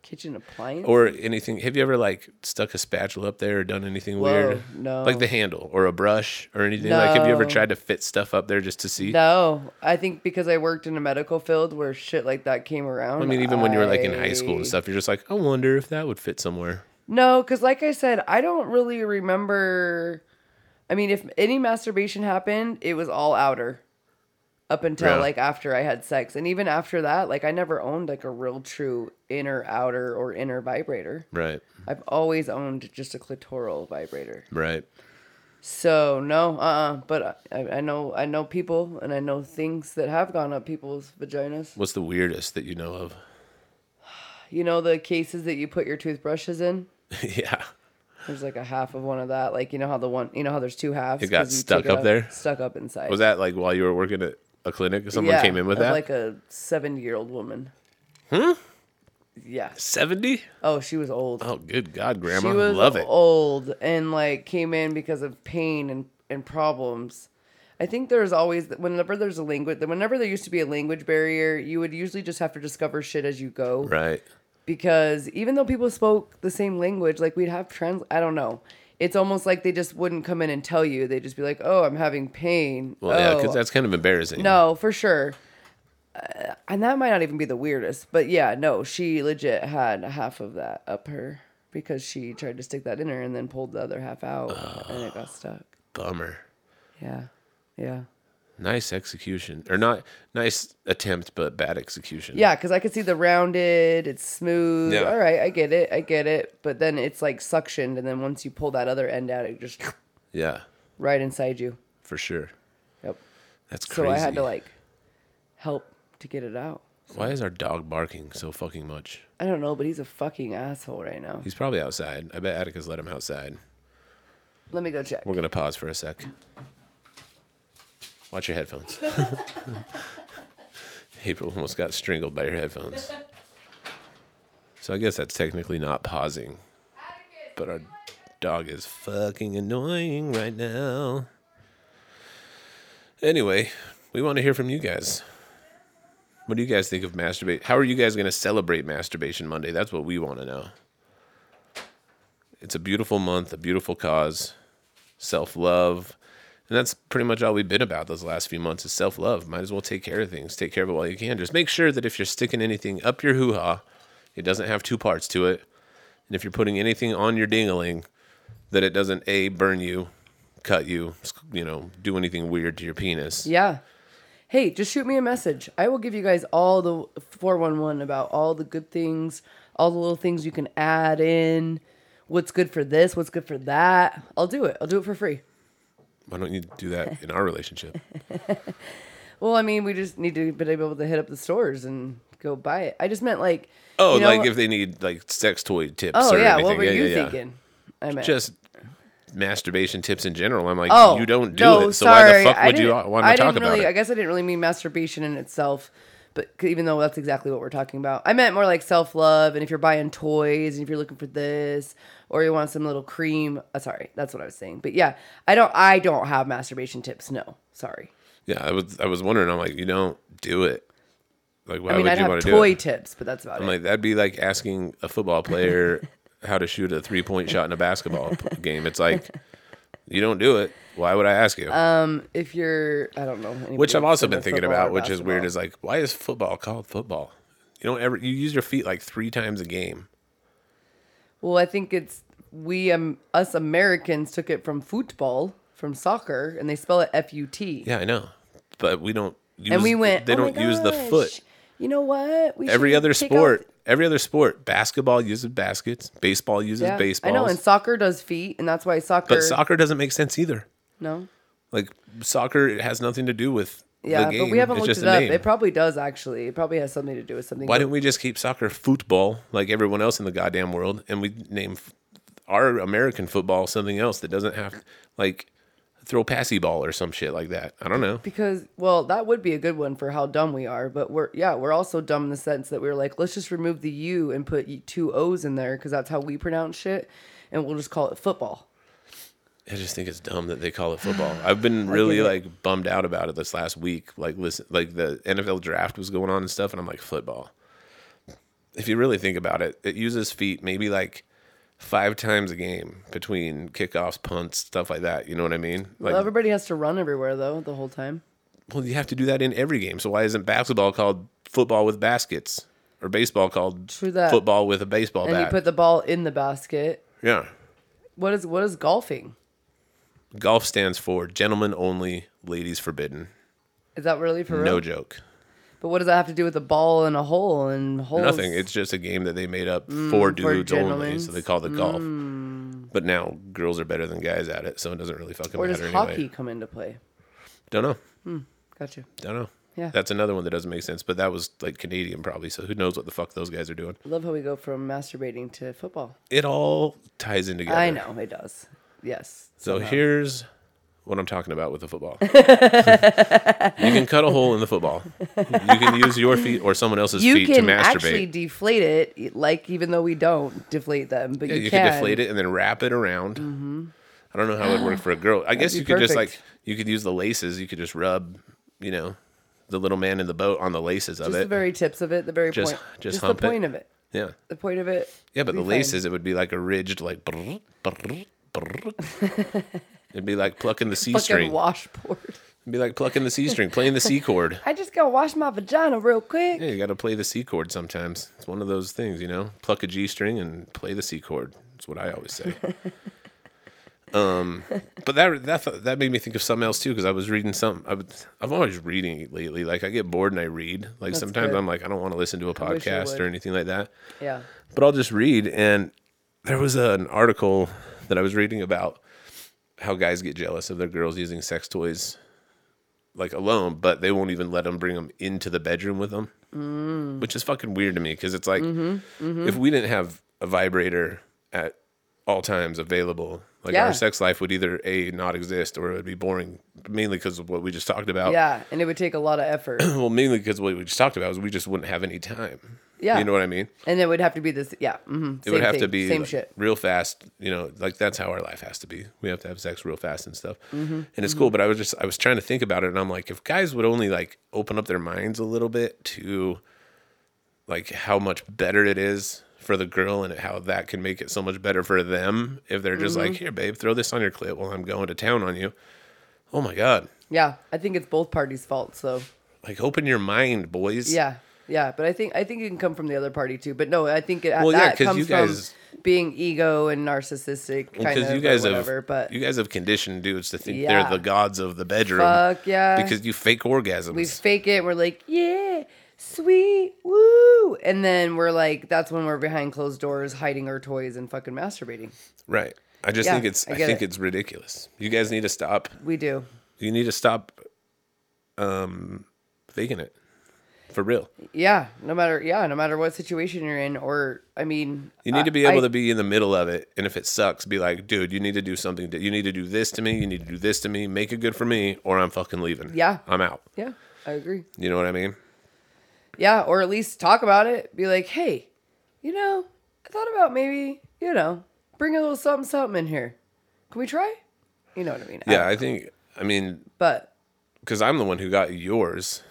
Speaker 2: Kitchen appliance.
Speaker 3: or anything. Have you ever like stuck a spatula up there or done anything weird?
Speaker 2: no.
Speaker 3: Like the handle or a brush or anything. Like have you ever
Speaker 2: No.
Speaker 3: tried to fit stuff up there just to see?
Speaker 2: no, I think because I worked in a medical field where shit like that came around.
Speaker 3: I mean, even when you were like in high
Speaker 2: I-
Speaker 3: school and stuff, you're just like, I wonder if that would fit somewhere.
Speaker 2: No, because like I said, I don't really remember. I mean, if any masturbation happened, it was all outer up until
Speaker 3: Yeah.
Speaker 2: like after I had sex. And even after that, like I never owned like a real true inner outer or inner vibrator.
Speaker 3: Right.
Speaker 2: I've always owned just a clitoral vibrator.
Speaker 3: Right.
Speaker 2: So no, uh, uh but I, I know I know people and I know things that have gone up people's vaginas.
Speaker 3: What's the weirdest that you know of? [laughs]
Speaker 2: You know the cases that you put your toothbrushes in.
Speaker 3: yeah.
Speaker 2: There's like a half of one of that. Like you know how the one you know how there's two halves.
Speaker 3: It got
Speaker 2: 'cause you
Speaker 3: stuck
Speaker 2: take it
Speaker 3: up there?
Speaker 2: Stuck up inside.
Speaker 3: Was that like while you were working at a clinic? Someone
Speaker 2: Yeah,
Speaker 3: came in with
Speaker 2: of
Speaker 3: that?
Speaker 2: Like a seventy year old woman. Hmm. Yeah.
Speaker 3: 70?
Speaker 2: Oh, she was old.
Speaker 3: Oh, good God,
Speaker 2: she
Speaker 3: Grandma.
Speaker 2: was
Speaker 3: Love it.
Speaker 2: old and like came in because of pain and and problems. I think there's always whenever there's a language whenever there used to be a language barrier, you would usually just have to discover shit as you go
Speaker 3: Right.
Speaker 2: because even though people spoke the same language, like we'd have trans. I don't know. It's almost like they just wouldn't come in and tell you. They'd just be like, "Oh, I'm having pain."
Speaker 3: Well, yeah, 'cause
Speaker 2: oh,
Speaker 3: because that's kind of embarrassing.
Speaker 2: no, for sure. Uh, and that might not even be the weirdest, but yeah, no, she legit had half of that up her because she tried to stick that in her and then pulled the other half out and it got stuck.
Speaker 3: Bummer.
Speaker 2: Yeah, yeah,
Speaker 3: Nice execution, or not nice attempt, but bad execution.
Speaker 2: yeah. Because I could see the rounded, it's smooth.
Speaker 3: Yeah.
Speaker 2: All right, I get it, I get it. But then it's like suctioned, and then once you pull that other end out, it just
Speaker 3: Yeah,
Speaker 2: right inside you.
Speaker 3: for sure.
Speaker 2: Yep.
Speaker 3: That's
Speaker 2: So
Speaker 3: crazy.
Speaker 2: I had to like help to get it out.
Speaker 3: Why is our dog barking so fucking much?
Speaker 2: I don't know, but he's a fucking asshole right now.
Speaker 3: He's probably outside. I bet Atticus let him outside.
Speaker 2: Let me go check.
Speaker 3: We're gonna pause for a sec. Watch your headphones. [laughs] April almost got strangled by your headphones. So I guess that's technically not pausing. But our dog is fucking annoying right now. Anyway, we want to hear from you guys. What do you guys think of masturbate? How are you guys going to celebrate Masturbation Monday? That's what we want to know. It's a beautiful month, a beautiful cause self love. And that's pretty much all we've been about those last few months is self love. Might as well take care of things, take care of it while you can. Just make sure that if you're sticking anything up your hoo ha, it doesn't have two parts to it. And if you're putting anything on your dingaling, that it doesn't A, burn you, cut you, sc- you know, do anything weird to your penis.
Speaker 2: Yeah. Hey, just shoot me a message. I will give you guys all the 411 about all the good things, all the little things you can add in, what's good for this, what's good for that. I'll do it. I'll do it for free.
Speaker 3: Why don't you do that in our
Speaker 2: [laughs]
Speaker 3: relationship?
Speaker 2: Well, I mean, we just need to be able to hit up the stores and go buy it. I just meant like
Speaker 3: Oh,
Speaker 2: you know-
Speaker 3: like if they need like sex toy tips
Speaker 2: Oh
Speaker 3: or
Speaker 2: yeah,
Speaker 3: anything.
Speaker 2: what were
Speaker 3: yeah,
Speaker 2: you
Speaker 3: yeah, yeah.
Speaker 2: thinking? I meant
Speaker 3: Just masturbation tips in general. I'm like,
Speaker 2: Oh,
Speaker 3: you don't do
Speaker 2: no,
Speaker 3: it. So why the
Speaker 2: sorry.
Speaker 3: fuck
Speaker 2: I
Speaker 3: would you
Speaker 2: didn't-
Speaker 3: want
Speaker 2: I
Speaker 3: to talk
Speaker 2: didn't
Speaker 3: about
Speaker 2: really,
Speaker 3: it?
Speaker 2: I guess I didn't really mean masturbation in itself, but c- even though that's exactly what we're talking about, I meant more like self love. And if you're buying toys, and if you're looking for this, or you want some little cream, uh, sorry, that's what I was saying. But yeah, I don't, I don't have masturbation tips. No, sorry.
Speaker 3: Yeah, I was I was wondering. I'm like, you don't do it. Like, why
Speaker 2: I mean,
Speaker 3: would
Speaker 2: I'd
Speaker 3: you want
Speaker 2: have
Speaker 3: to do
Speaker 2: toy
Speaker 3: it?
Speaker 2: tips, but that's about
Speaker 3: I'm
Speaker 2: it.
Speaker 3: like, that'd be like asking a
Speaker 2: [laughs]
Speaker 3: football player how to shoot a three point shot in a basketball p- game. It's like, you don't do it. Why would I ask you?
Speaker 2: Oh, if you're, I don't know, anybody
Speaker 3: which I've
Speaker 2: else
Speaker 3: also
Speaker 2: into
Speaker 3: been thinking
Speaker 2: football or
Speaker 3: about, which is weird.
Speaker 2: basketball.
Speaker 3: Is like, why is football called football? You don't ever you use your feet like three times a game.
Speaker 2: Well, I think it's we um us Americans took it from football, from soccer, and they spell it F U T.
Speaker 3: Yeah, I know, but we don't. Use,
Speaker 2: and we went.
Speaker 3: They
Speaker 2: "Oh my
Speaker 3: don't use the
Speaker 2: gosh,
Speaker 3: foot.
Speaker 2: You know what? We
Speaker 3: Every
Speaker 2: should
Speaker 3: other
Speaker 2: take
Speaker 3: sport,
Speaker 2: out-
Speaker 3: every other sport, basketball uses baskets, baseball uses
Speaker 2: Yeah,
Speaker 3: baseballs.
Speaker 2: I know, and soccer does feet, and that's why soccer.
Speaker 3: but soccer doesn't make sense either.
Speaker 2: no.
Speaker 3: Like soccer, it has nothing to do with
Speaker 2: Yeah,
Speaker 3: the game.
Speaker 2: but we haven't
Speaker 3: it's
Speaker 2: looked
Speaker 3: just
Speaker 2: it
Speaker 3: a
Speaker 2: up.
Speaker 3: name.
Speaker 2: It probably does actually. It probably has something to do with something.
Speaker 3: Why don't we just keep soccer football like everyone else in the goddamn world, and we name f- our American football something else that doesn't have like throw passy ball or some shit like that? I don't know.
Speaker 2: because well, that would be a good one for how dumb we are. But we're yeah, we're also dumb in the sense that we were like, let's just remove the U and put y- two O's in there because that's how we pronounce shit, and we'll just call it football.
Speaker 3: I just think it's dumb that they call it
Speaker 2: [sighs]
Speaker 3: football. I've been really
Speaker 2: it.
Speaker 3: like bummed out about it this last week. Like listen, like the NFL draft was going on and stuff, and I'm like football. if you really think about it, it uses feet maybe like five times a game between kickoffs, punts, stuff like that. You know what I mean? Like,
Speaker 2: well, everybody has to run everywhere though the whole time.
Speaker 3: well, you have to do that in every game. So why isn't basketball called football with baskets or baseball called
Speaker 2: True that.
Speaker 3: football with a baseball
Speaker 2: And
Speaker 3: bat?
Speaker 2: you put the ball in the basket.
Speaker 3: yeah.
Speaker 2: What is what is golfing?
Speaker 3: Golf stands for gentlemen only, ladies forbidden.
Speaker 2: Is that really for real?
Speaker 3: No joke.
Speaker 2: But what does that have to do with a ball and a hole and holes?
Speaker 3: Nothing. It's just a game that they made up for dudes only,
Speaker 2: Mm, gentlemen's.
Speaker 3: so
Speaker 2: Mm.
Speaker 3: they call it golf. But now girls are better than guys at it, so it doesn't really fucking
Speaker 2: Where does
Speaker 3: matter
Speaker 2: hockey
Speaker 3: anyway.
Speaker 2: come into play?
Speaker 3: Don't know.
Speaker 2: Gotcha.
Speaker 3: Don't know.
Speaker 2: Yeah.
Speaker 3: That's another one that doesn't make sense, but that was like Canadian probably, so who knows what the fuck those guys are doing.
Speaker 2: I love how we go from masturbating to football.
Speaker 3: It all ties in together.
Speaker 2: I know it does. Yes.
Speaker 3: So here's what I'm talking about with
Speaker 2: [laughs]
Speaker 3: the football. you can cut a hole in the football. You can use your feet or someone else's
Speaker 2: You
Speaker 3: feet
Speaker 2: can
Speaker 3: to masturbate.
Speaker 2: actually deflate it, like even though we don't deflate them, but
Speaker 3: Yeah,
Speaker 2: you,
Speaker 3: you
Speaker 2: can. Mm-hmm.
Speaker 3: could deflate it and then wrap it around. I don't know how it would work for a girl. I guess
Speaker 2: be
Speaker 3: you could just like
Speaker 2: perfect.
Speaker 3: you could use the laces. You could just rub, you know, the little man in the boat on the laces of
Speaker 2: Just
Speaker 3: it.
Speaker 2: the very tips of it, the very
Speaker 3: Just-
Speaker 2: point.
Speaker 3: just
Speaker 2: the
Speaker 3: hump it.
Speaker 2: point of it.
Speaker 3: yeah,
Speaker 2: The point of it.
Speaker 3: yeah, but the
Speaker 2: would be fine.
Speaker 3: laces it would be like a ridged like. Brr, brr, brr.
Speaker 2: [laughs]
Speaker 3: It'd be like plucking the
Speaker 2: [laughs]
Speaker 3: C
Speaker 2: Fucking
Speaker 3: string.
Speaker 2: washboard.
Speaker 3: It'd be like plucking the C string, playing the C chord.
Speaker 2: I just gotta wash my vagina real quick.
Speaker 3: Yeah, you got to play the C chord sometimes. It's one of those things, you know. Pluck a G string and play the C chord. That's what I
Speaker 2: [laughs]
Speaker 3: always say. um, but that that that made me think of something else too because I was reading something. I was, I'm always reading lately. Like I get bored and I read. Like sometimes
Speaker 2: good.
Speaker 3: I'm like I don't want to listen to a
Speaker 2: wish I
Speaker 3: podcast
Speaker 2: would.
Speaker 3: or anything like that
Speaker 2: Yeah.
Speaker 3: but I'll just read. And there was an article that I was reading about how guys get jealous of their girls using sex toys, like alone, but they won't even let them bring them into the bedroom with them,
Speaker 2: Mm.
Speaker 3: which is fucking weird to me because it's like
Speaker 2: Mm-hmm,
Speaker 3: if we didn't have a vibrator at all times available, like
Speaker 2: Yeah.
Speaker 3: our sex life would either a not exist or it would be boring, mainly because of what we just talked about.
Speaker 2: Yeah. And it would take a lot of
Speaker 3: [clears throat]
Speaker 2: effort.
Speaker 3: Well, mainly because what we just talked about is we just wouldn't have any time.
Speaker 2: Yeah.
Speaker 3: you know what I mean.
Speaker 2: and it would have to be this. Yeah. Mm-hmm,
Speaker 3: it would have to be
Speaker 2: same
Speaker 3: like,
Speaker 2: shit.
Speaker 3: real fast you know like that's how our life has to be we have to have sex real fast and stuff
Speaker 2: Mm-hmm,
Speaker 3: and it's cool but i was just i was trying to think about it and i'm like if guys would only like open up their minds a little bit to like how much better it is for the girl and how that can make it so much better for them if they're just
Speaker 2: Mm-hmm.
Speaker 3: like here babe throw this on your clit while i'm going to town on you oh my god
Speaker 2: Yeah. I think it's both parties' fault. So
Speaker 3: like open your mind boys
Speaker 2: Yeah, yeah, but I think I think it can come from the other party too. But no, I think it,
Speaker 3: Well, yeah,
Speaker 2: that
Speaker 3: 'cause
Speaker 2: comes
Speaker 3: you guys-
Speaker 2: from being ego and narcissistic kind
Speaker 3: because
Speaker 2: of
Speaker 3: you guys
Speaker 2: or whatever.
Speaker 3: have
Speaker 2: but
Speaker 3: you guys have conditioned dudes to think
Speaker 2: Yeah.
Speaker 3: they're the gods of the bedroom.
Speaker 2: Fuck yeah.
Speaker 3: Because you fake orgasms.
Speaker 2: we fake it. We're like, yeah, sweet, woo, and then we're like, that's when we're behind closed doors, hiding our toys and fucking masturbating.
Speaker 3: right. I just
Speaker 2: Yeah,
Speaker 3: think it's
Speaker 2: I
Speaker 3: I,
Speaker 2: get
Speaker 3: think
Speaker 2: it.
Speaker 3: it's ridiculous. You guys need to stop.
Speaker 2: We do.
Speaker 3: You need to stop um faking it. For real.
Speaker 2: Yeah, no matter yeah, no matter what situation you're in, or I mean,
Speaker 3: You need to be able
Speaker 2: to
Speaker 3: to be in the middle of it and if it sucks be like, "Dude, you need to do something. To, you need to do this to me. You need to do this to me. Make it good for me or I'm fucking leaving."
Speaker 2: Yeah.
Speaker 3: I'm out.
Speaker 2: Yeah, I agree.
Speaker 3: You know what I mean?
Speaker 2: Yeah, or at least talk about it. Be like, hey, you know, I thought about maybe, you know, bring a little something something in here. Can we try? You know what I mean?
Speaker 3: Yeah, I think I mean
Speaker 2: But
Speaker 3: because I'm the one who got yours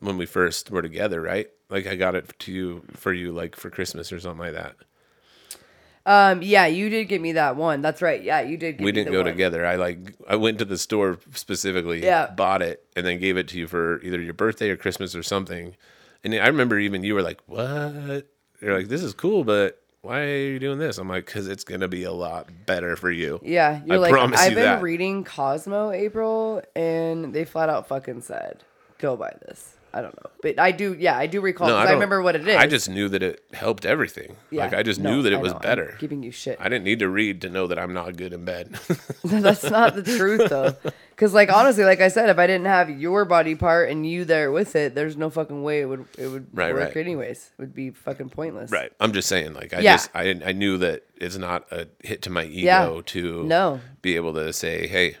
Speaker 3: when we first were together, right? Like I got it to you for you, like for Christmas or something like that.
Speaker 2: um, yeah, you did give me that one. That's right. Yeah, you did. Give me
Speaker 3: we didn't
Speaker 2: the
Speaker 3: go
Speaker 2: one.
Speaker 3: together. I like I went to the store specifically,
Speaker 2: Yeah.
Speaker 3: bought it, and then gave it to you for either your birthday or Christmas or something. And I remember even you were like, "What?" You're like, "This is cool, but why are you doing this?" I'm like, "Cause it's gonna be a lot better for you."
Speaker 2: Yeah, you're
Speaker 3: I
Speaker 2: like,
Speaker 3: promise
Speaker 2: I've
Speaker 3: you
Speaker 2: been
Speaker 3: that."
Speaker 2: reading Cosmo April, and they flat out fucking said, go buy this. I don't know, but I do. Yeah, I do recall. 'cause I,
Speaker 3: don't-
Speaker 2: remember what it is.
Speaker 3: I just knew that it helped everything.
Speaker 2: Yeah,
Speaker 3: Like I just
Speaker 2: no,
Speaker 3: knew that it
Speaker 2: I
Speaker 3: was
Speaker 2: know, I'm
Speaker 3: better.
Speaker 2: giving you shit.
Speaker 3: I didn't need to read to know that I'm not good in bed. [laughs]
Speaker 2: [laughs] That's not the truth though. Cause like honestly, like I said, if I didn't have your body part and you there with it, there's no fucking way it would it would
Speaker 3: Right,
Speaker 2: work
Speaker 3: right.
Speaker 2: anyways. It would be fucking pointless.
Speaker 3: Right. I'm just saying, like, I
Speaker 2: Yeah.
Speaker 3: just, I, didn't- I knew that it's not a hit to my ego
Speaker 2: Yeah.
Speaker 3: to
Speaker 2: No.
Speaker 3: be able to say, hey,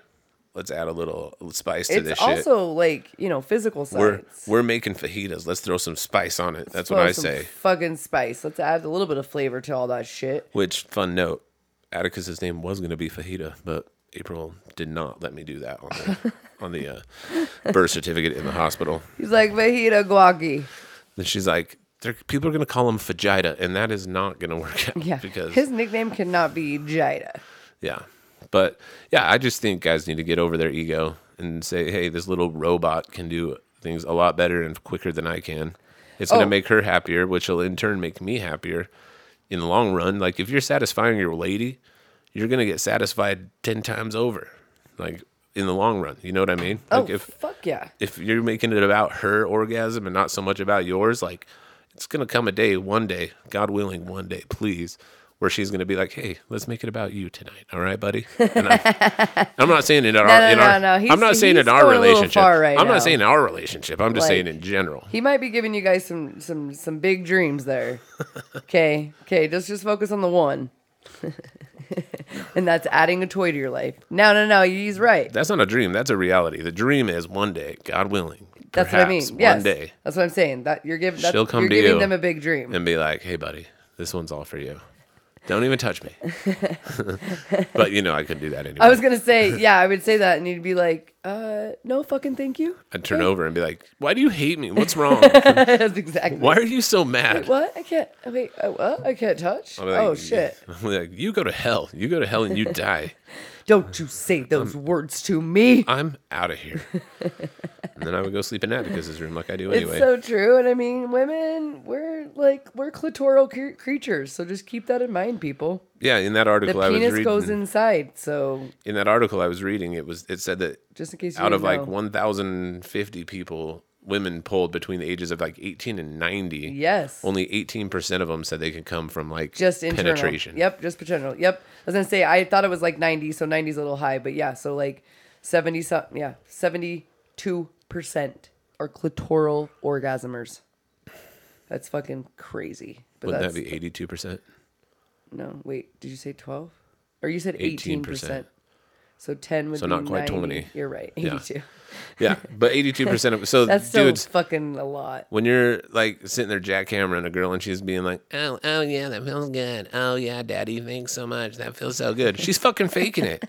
Speaker 3: let's add a little spice to this
Speaker 2: It's
Speaker 3: shit.
Speaker 2: also like, you know, physical
Speaker 3: We're
Speaker 2: sides.
Speaker 3: we're making fajitas. Let's throw some spice on it. That's
Speaker 2: Throw
Speaker 3: what I
Speaker 2: some
Speaker 3: say.
Speaker 2: Fucking spice. Let's add a little bit of flavor to all that shit.
Speaker 3: Which fun note, Atticus's name was going to be fajita, but April did not let me do that on
Speaker 2: [laughs]
Speaker 3: the on the uh, birth certificate in the hospital.
Speaker 2: He's like, Vegeta guaki.
Speaker 3: Then she's like, They're, people are going to call him Fajita, and that is not going to work out.
Speaker 2: Yeah.
Speaker 3: Because,
Speaker 2: His nickname cannot be Jida.
Speaker 3: yeah. But yeah, I just think guys need to get over their ego and say, hey, this little robot can do things a lot better and quicker than I can. It's going
Speaker 2: Oh.
Speaker 3: to make her happier, which will in turn make me happier in the long run. Like, if you're satisfying your lady, you're going to get satisfied 10 times over, like in the long run. You know what I mean?
Speaker 2: Oh,
Speaker 3: like, if,
Speaker 2: fuck yeah.
Speaker 3: if you're making it about her orgasm and not so much about yours, like it's gonna come a day, one day, God willing, one day, please, where she's gonna be like, "Hey, let's make it about you tonight, all right, buddy." And I,
Speaker 2: [laughs]
Speaker 3: am not saying in our,
Speaker 2: No, no,
Speaker 3: in our
Speaker 2: no, no.
Speaker 3: I'm not
Speaker 2: He's-
Speaker 3: saying
Speaker 2: he's
Speaker 3: in our
Speaker 2: going a little
Speaker 3: relationship.
Speaker 2: far right
Speaker 3: I'm
Speaker 2: now.
Speaker 3: not saying in our relationship. I'm just
Speaker 2: Like-
Speaker 3: saying in general.
Speaker 2: He might be giving you guys some some some big dreams
Speaker 3: [laughs]
Speaker 2: there. Okay. Okay, just just focus on the one. [laughs] and that's adding a toy to your life. No, no, no, he's right.
Speaker 3: That's not a dream. That's a reality. The dream is one day, God willing,
Speaker 2: That's what I mean.
Speaker 3: perhaps
Speaker 2: Yes.
Speaker 3: one day,
Speaker 2: That's what I'm saying. That you're giving that's,
Speaker 3: She'll come
Speaker 2: you're
Speaker 3: to
Speaker 2: giving
Speaker 3: you
Speaker 2: them a big dream.
Speaker 3: and be like, "Hey, buddy, this one's all for you." Don't even
Speaker 2: [laughs]
Speaker 3: touch me. [laughs] but you know, I couldn't do that anyway.
Speaker 2: I was gonna say, yeah, I would say that, and you'd be like, uh, no, fucking thank you. [laughs]
Speaker 3: I'd turn over and be like, "Why do you hate me? What's wrong?
Speaker 2: That's exactly
Speaker 3: Why are you so
Speaker 2: [laughs]
Speaker 3: mad?"
Speaker 2: what I can't. Wait, uh, what I can't touch.
Speaker 3: I'll be like,
Speaker 2: oh shit!
Speaker 3: [laughs] I'll be like, "You go to hell. You go to
Speaker 2: [laughs]
Speaker 3: hell and you die.
Speaker 2: Don't you say those words to me.
Speaker 3: I'm out of here." And then I would go sleep in Atticus's room like I do
Speaker 2: It's
Speaker 3: anyway.
Speaker 2: so true, and I mean, women, we're like we're clitoral cre- creatures, so just keep that in mind, people.
Speaker 3: yeah, in that
Speaker 2: The
Speaker 3: article I was
Speaker 2: penis
Speaker 3: reading,
Speaker 2: goes inside, so
Speaker 3: in that article I was reading, it was it said that
Speaker 2: just in case you
Speaker 3: out of
Speaker 2: didn't
Speaker 3: like
Speaker 2: know.
Speaker 3: 1,050 people, women polled between the ages of like 18 and 90,
Speaker 2: Yes.
Speaker 3: only 18% of them said they could come from like
Speaker 2: just internal.
Speaker 3: penetration.
Speaker 2: Yep, just internal. Yep. I was gonna say I thought it was like ninety, so 90's a little high, but yeah, so like seventy some, yeah, seventy two percent are clitoral orgasmers. That's fucking crazy. But
Speaker 3: Wouldn't
Speaker 2: that's
Speaker 3: that be 82%?
Speaker 2: no. Wait, did you say twelve? Or you said eighteen
Speaker 3: 18%.
Speaker 2: percent? So ten would
Speaker 3: So
Speaker 2: be
Speaker 3: not quite
Speaker 2: 90.
Speaker 3: 20.
Speaker 2: You're right,
Speaker 3: Yeah.
Speaker 2: eighty-two.
Speaker 3: Yeah,
Speaker 2: [laughs]
Speaker 3: but 82% of so
Speaker 2: That's still
Speaker 3: dudes
Speaker 2: fucking a lot.
Speaker 3: when you're like sitting there jackhammering a girl and she's being like, oh, oh yeah, that feels good. Oh yeah, daddy, thanks so much. That feels so good. She's fucking faking it.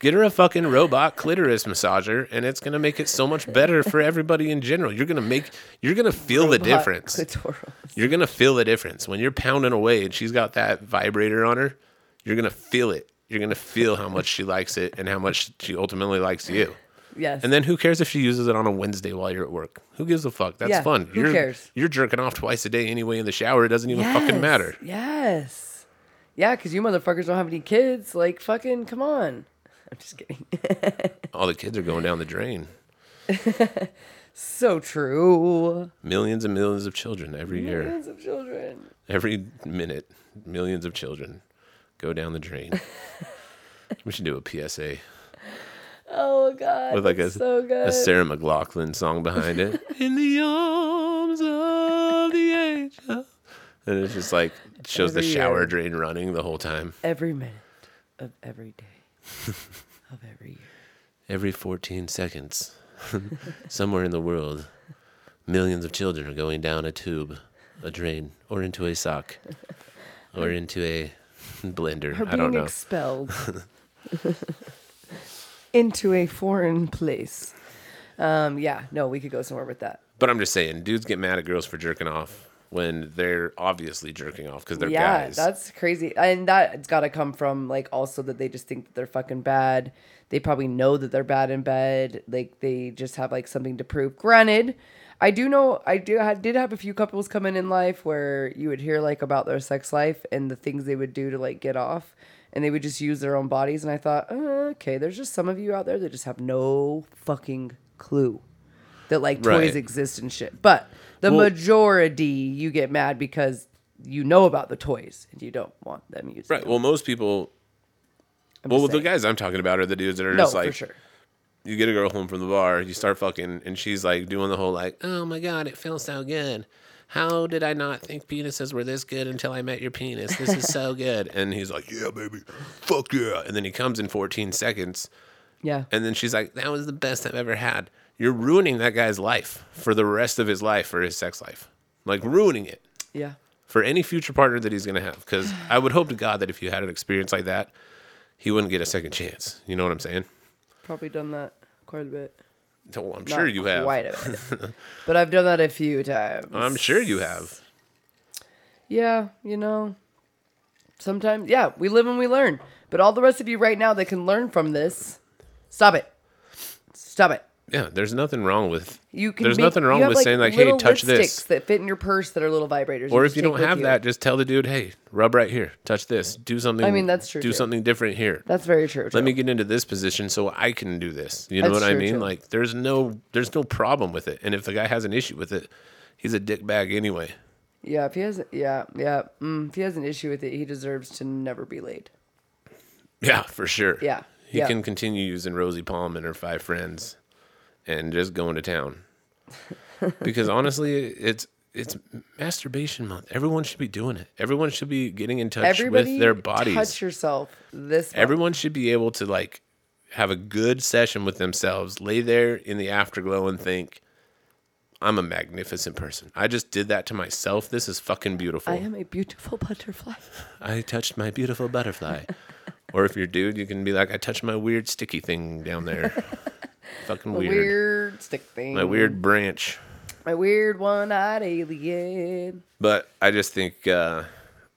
Speaker 3: Get her a fucking robot clitoris massager, and it's gonna make it so much better for everybody in general. You're gonna make, you're gonna feel the
Speaker 2: Hot
Speaker 3: difference.
Speaker 2: Clitoral.
Speaker 3: You're gonna feel the difference when you're pounding away and she's got that vibrator on her. You're gonna feel it. You're gonna feel how much she likes it and how much she ultimately likes you.
Speaker 2: [laughs] Yes.
Speaker 3: And then who cares if she uses it on a Wednesday while you're at work? Who gives a fuck? That's
Speaker 2: Yeah,
Speaker 3: fun.
Speaker 2: who
Speaker 3: you're,
Speaker 2: cares?
Speaker 3: You're jerking off twice a day anyway in the shower. It doesn't even fucking
Speaker 2: Yes,
Speaker 3: matter.
Speaker 2: Yes. Yeah, because you motherfuckers don't have any kids. Like, fucking, come on. [laughs] I'm just kidding.
Speaker 3: All the kids are going down the drain.
Speaker 2: so true.
Speaker 3: Millions and millions of children every year,
Speaker 2: Millions of children.
Speaker 3: every minute, millions of children go down the drain. [laughs] we should do a PSA
Speaker 2: Oh God.
Speaker 3: with like a,
Speaker 2: that's so good.
Speaker 3: a Sarah McLaughlin song behind it. in the arms of the angel. And it's just like shows the
Speaker 2: Every
Speaker 3: shower
Speaker 2: year.
Speaker 3: drain running the whole time.
Speaker 2: every minute of every day
Speaker 3: [laughs]
Speaker 2: of every year.
Speaker 3: every 14 seconds, [laughs] somewhere in the world, millions of children are going down a tube, a drain, or into a sock, or into a blender.
Speaker 2: Or
Speaker 3: I don't
Speaker 2: being
Speaker 3: know. [laughs]
Speaker 2: expelled into a foreign place. Um, yeah, no, we could go somewhere with that.
Speaker 3: but I'm just saying, dudes get mad at girls for jerking off when they're obviously jerking off because they're
Speaker 2: yeah,
Speaker 3: guys.
Speaker 2: that's crazy, and that's got to come from like also that they just think that they're fucking bad. They probably know that they're bad in bed. Like they just have like something to prove. Granted, I do know I do I did have a few couples come in in life where you would hear like about their sex life and the things they would do to like get off, and they would just use their own bodies. And I thought, uh, okay, there's just some of you out there that just have no fucking clue that like toys
Speaker 3: Right.
Speaker 2: exist and shit. But the
Speaker 3: Well-
Speaker 2: majority, you get mad because you know about the toys and you don't want them used.
Speaker 3: right. Well, most people. well, the guys I'm talking about are the dudes that are
Speaker 2: no,
Speaker 3: just like,
Speaker 2: for sure.
Speaker 3: you get a girl home from the bar, you start fucking, and she's like doing the whole like, oh my god, it feels so good. How did I not think penises were this good until I met your penis? This is so good. And he's like, yeah, baby, fuck yeah. And then he comes in 14 seconds,
Speaker 2: Yeah.
Speaker 3: and then she's like, that was the best I've ever had. You're ruining that guy's life for the rest of his life, for his sex life, like ruining it
Speaker 2: yeah.
Speaker 3: for any future partner that he's going to have. Because I would hope to God that if you had an experience like that, he wouldn't get a second chance. You know what I'm saying?
Speaker 2: Probably done that quite a bit.
Speaker 3: Well, I'm
Speaker 2: Not
Speaker 3: sure you have.
Speaker 2: Quite a bit. but I've done that a few times.
Speaker 3: I'm sure you have.
Speaker 2: Yeah, you know, sometimes, yeah, we live and we learn. But all the rest of you right now that can learn from this, stop it. Stop it.
Speaker 3: Yeah, there's nothing wrong with
Speaker 2: You can.
Speaker 3: There's
Speaker 2: make-
Speaker 3: nothing wrong
Speaker 2: you have,
Speaker 3: with saying like, "Hey,
Speaker 2: little
Speaker 3: touch
Speaker 2: lipsticks
Speaker 3: this,"
Speaker 2: That fit in your purse that are little vibrators.
Speaker 3: or
Speaker 2: you
Speaker 3: if you
Speaker 2: just take
Speaker 3: don't
Speaker 2: with
Speaker 3: have
Speaker 2: you.
Speaker 3: that, just tell the dude, "Hey, rub right here, touch this, do something."
Speaker 2: I mean, that's true,
Speaker 3: Do
Speaker 2: too.
Speaker 3: something different here.
Speaker 2: that's very true.
Speaker 3: Let
Speaker 2: too.
Speaker 3: me get into this position so I can do this. You know
Speaker 2: That's
Speaker 3: what I
Speaker 2: true,
Speaker 3: mean?
Speaker 2: too.
Speaker 3: Like, there's no there's no problem with it. And if the guy has an issue with it, he's a dick bag anyway.
Speaker 2: Yeah, if he has, yeah, yeah. Mm, if he has an issue with it, he deserves to never be laid.
Speaker 3: Yeah, for sure.
Speaker 2: Yeah,
Speaker 3: He
Speaker 2: yeah.
Speaker 3: can continue using Rosie Palm and her five friends and just going to town. [laughs] Because honestly, it's it's masturbation month. Everyone should be doing it. Everyone should be getting in touch
Speaker 2: Everybody,
Speaker 3: with their bodies.
Speaker 2: touch yourself. This month.
Speaker 3: Everyone should be able to like have a good session with themselves, lay there in the afterglow and think, I'm a magnificent person. I just did that to myself. This is fucking beautiful.
Speaker 2: I am a beautiful butterfly.
Speaker 3: I touched my
Speaker 2: [laughs]
Speaker 3: beautiful butterfly. or if you're a dude, you can be like, I touched my weird sticky thing
Speaker 2: [laughs]
Speaker 3: down there. Fucking
Speaker 2: Weird,
Speaker 3: weird.
Speaker 2: stick thing.
Speaker 3: My weird branch.
Speaker 2: my weird one-eyed alien.
Speaker 3: But I just think, uh,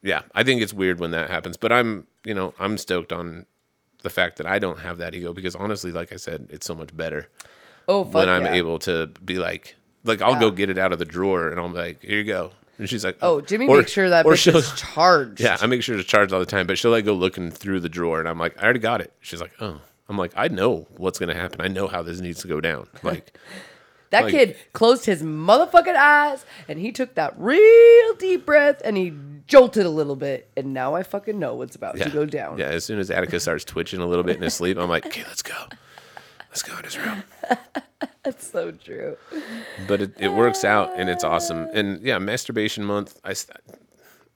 Speaker 3: yeah, I think it's weird when that happens. But I'm, you know, I'm stoked on the fact that I don't have that ego because honestly, like I said, it's so much better
Speaker 2: Oh fuck
Speaker 3: when I'm
Speaker 2: yeah.
Speaker 3: able to be like, like I'll go get it out of the drawer and I'm like, here you go. And she's like,
Speaker 2: Oh, Jimmy,
Speaker 3: Or-
Speaker 2: make sure that
Speaker 3: or
Speaker 2: bitch
Speaker 3: she'll- [laughs]
Speaker 2: is charged.
Speaker 3: Yeah, I make sure to charge all the time, but she'll like go looking through the drawer and I'm like, I already got it. She's like, Oh. I'm like, I know what's gonna happen. I know how this needs to go
Speaker 2: [laughs]
Speaker 3: down. Like
Speaker 2: that
Speaker 3: like-
Speaker 2: kid closed his motherfucking eyes and he took that real deep breath and he jolted a little bit. And now I fucking know what's about
Speaker 3: yeah,
Speaker 2: to go down.
Speaker 3: Yeah, as soon as Atticus starts twitching a little bit in his sleep, I'm like, Okay, let's go. Let's go in his room.
Speaker 2: That's so true.
Speaker 3: But it, it works out and it's awesome. And yeah, masturbation month, I s-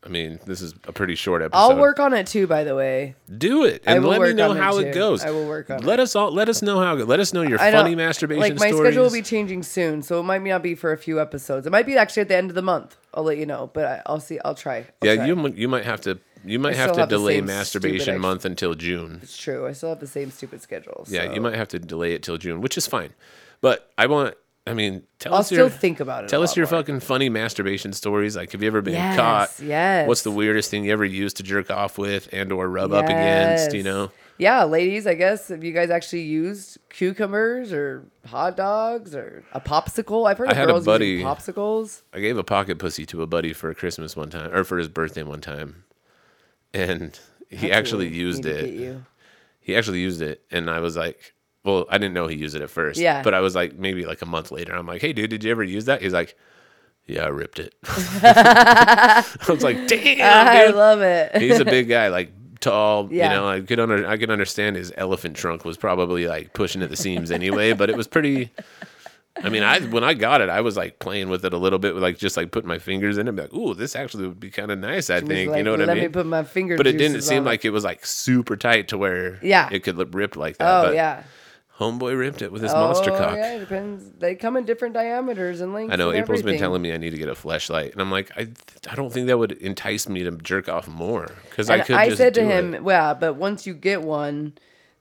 Speaker 3: I mean, this is a pretty short episode.
Speaker 2: I'll work on it too, by the way.
Speaker 3: Do it and
Speaker 2: will
Speaker 3: let me
Speaker 2: work
Speaker 3: know
Speaker 2: on it
Speaker 3: how
Speaker 2: too.
Speaker 3: it goes.
Speaker 2: I will work on
Speaker 3: let us all let us know how it goes. Let us know your
Speaker 2: I
Speaker 3: funny
Speaker 2: don't-
Speaker 3: masturbation
Speaker 2: Like my
Speaker 3: stories.
Speaker 2: schedule will be changing soon, so it might not be for a few episodes. It might be actually at the end of the month. I'll let you know, but I, I'll see. I'll try. I'll
Speaker 3: Yeah,
Speaker 2: try.
Speaker 3: you might- you might have to you might have
Speaker 2: still
Speaker 3: to
Speaker 2: have the
Speaker 3: delay
Speaker 2: same stupid
Speaker 3: masturbation
Speaker 2: ex-
Speaker 3: month until June.
Speaker 2: It's true. I still have the same stupid schedule.
Speaker 3: Yeah,
Speaker 2: so
Speaker 3: you might have to delay it till June, which is fine. But I want I mean, tell
Speaker 2: I'll
Speaker 3: us your
Speaker 2: still think about it. a
Speaker 3: tell us
Speaker 2: lot
Speaker 3: your
Speaker 2: more.
Speaker 3: fucking funny masturbation stories. Like have you ever been
Speaker 2: Yes,
Speaker 3: caught?
Speaker 2: yes.
Speaker 3: What's the weirdest thing you ever used to jerk off with and or rub up against, you
Speaker 2: Yes.
Speaker 3: know?
Speaker 2: Yeah, ladies, I guess if you guys actually used cucumbers or hot dogs or a popsicle, I've heard
Speaker 3: I
Speaker 2: of
Speaker 3: had a
Speaker 2: girls using
Speaker 3: buddy-
Speaker 2: popsicles.
Speaker 3: I gave a pocket pussy to a buddy for Christmas one time or for his birthday one time. And he actually
Speaker 2: Ooh,
Speaker 3: used
Speaker 2: need to
Speaker 3: it.
Speaker 2: get
Speaker 3: [laughs]
Speaker 2: you.
Speaker 3: he actually used it and i was like well i didn't know he used it at first
Speaker 2: Yeah.
Speaker 3: but i was like maybe like a month later i'm like hey dude did you ever use that he's like yeah i ripped it [laughs] i was
Speaker 2: [laughs]
Speaker 3: like
Speaker 2: I
Speaker 3: damn dude.
Speaker 2: love it.
Speaker 3: he's a big guy like tall
Speaker 2: Yeah.
Speaker 3: you know i could under i could understand his elephant trunk was probably like pushing at the seams anyway but it was pretty I mean, I when I got it, I was like playing with it a little bit, with like just like putting my fingers in it, be like, "Ooh, this actually would be kind of nice." I
Speaker 2: It was
Speaker 3: think you
Speaker 2: like,
Speaker 3: know what I
Speaker 2: Let
Speaker 3: mean
Speaker 2: me put my finger.
Speaker 3: but it didn't
Speaker 2: juices
Speaker 3: seem
Speaker 2: on it."
Speaker 3: like it was like super tight to where
Speaker 2: Yeah.
Speaker 3: it could look ripped like that.
Speaker 2: Oh
Speaker 3: but
Speaker 2: yeah.
Speaker 3: homeboy ripped it with his monster
Speaker 2: Oh,
Speaker 3: cock.
Speaker 2: Yeah, it depends. They come in different diameters and lengths.
Speaker 3: I know
Speaker 2: and
Speaker 3: April's been
Speaker 2: everything.
Speaker 3: telling me I need to get a flashlight, and I'm like, I, th- I don't think that would entice me to jerk off more because I
Speaker 2: And
Speaker 3: could.
Speaker 2: I
Speaker 3: just
Speaker 2: said to
Speaker 3: do
Speaker 2: him,
Speaker 3: it.
Speaker 2: "Yeah, but once you get one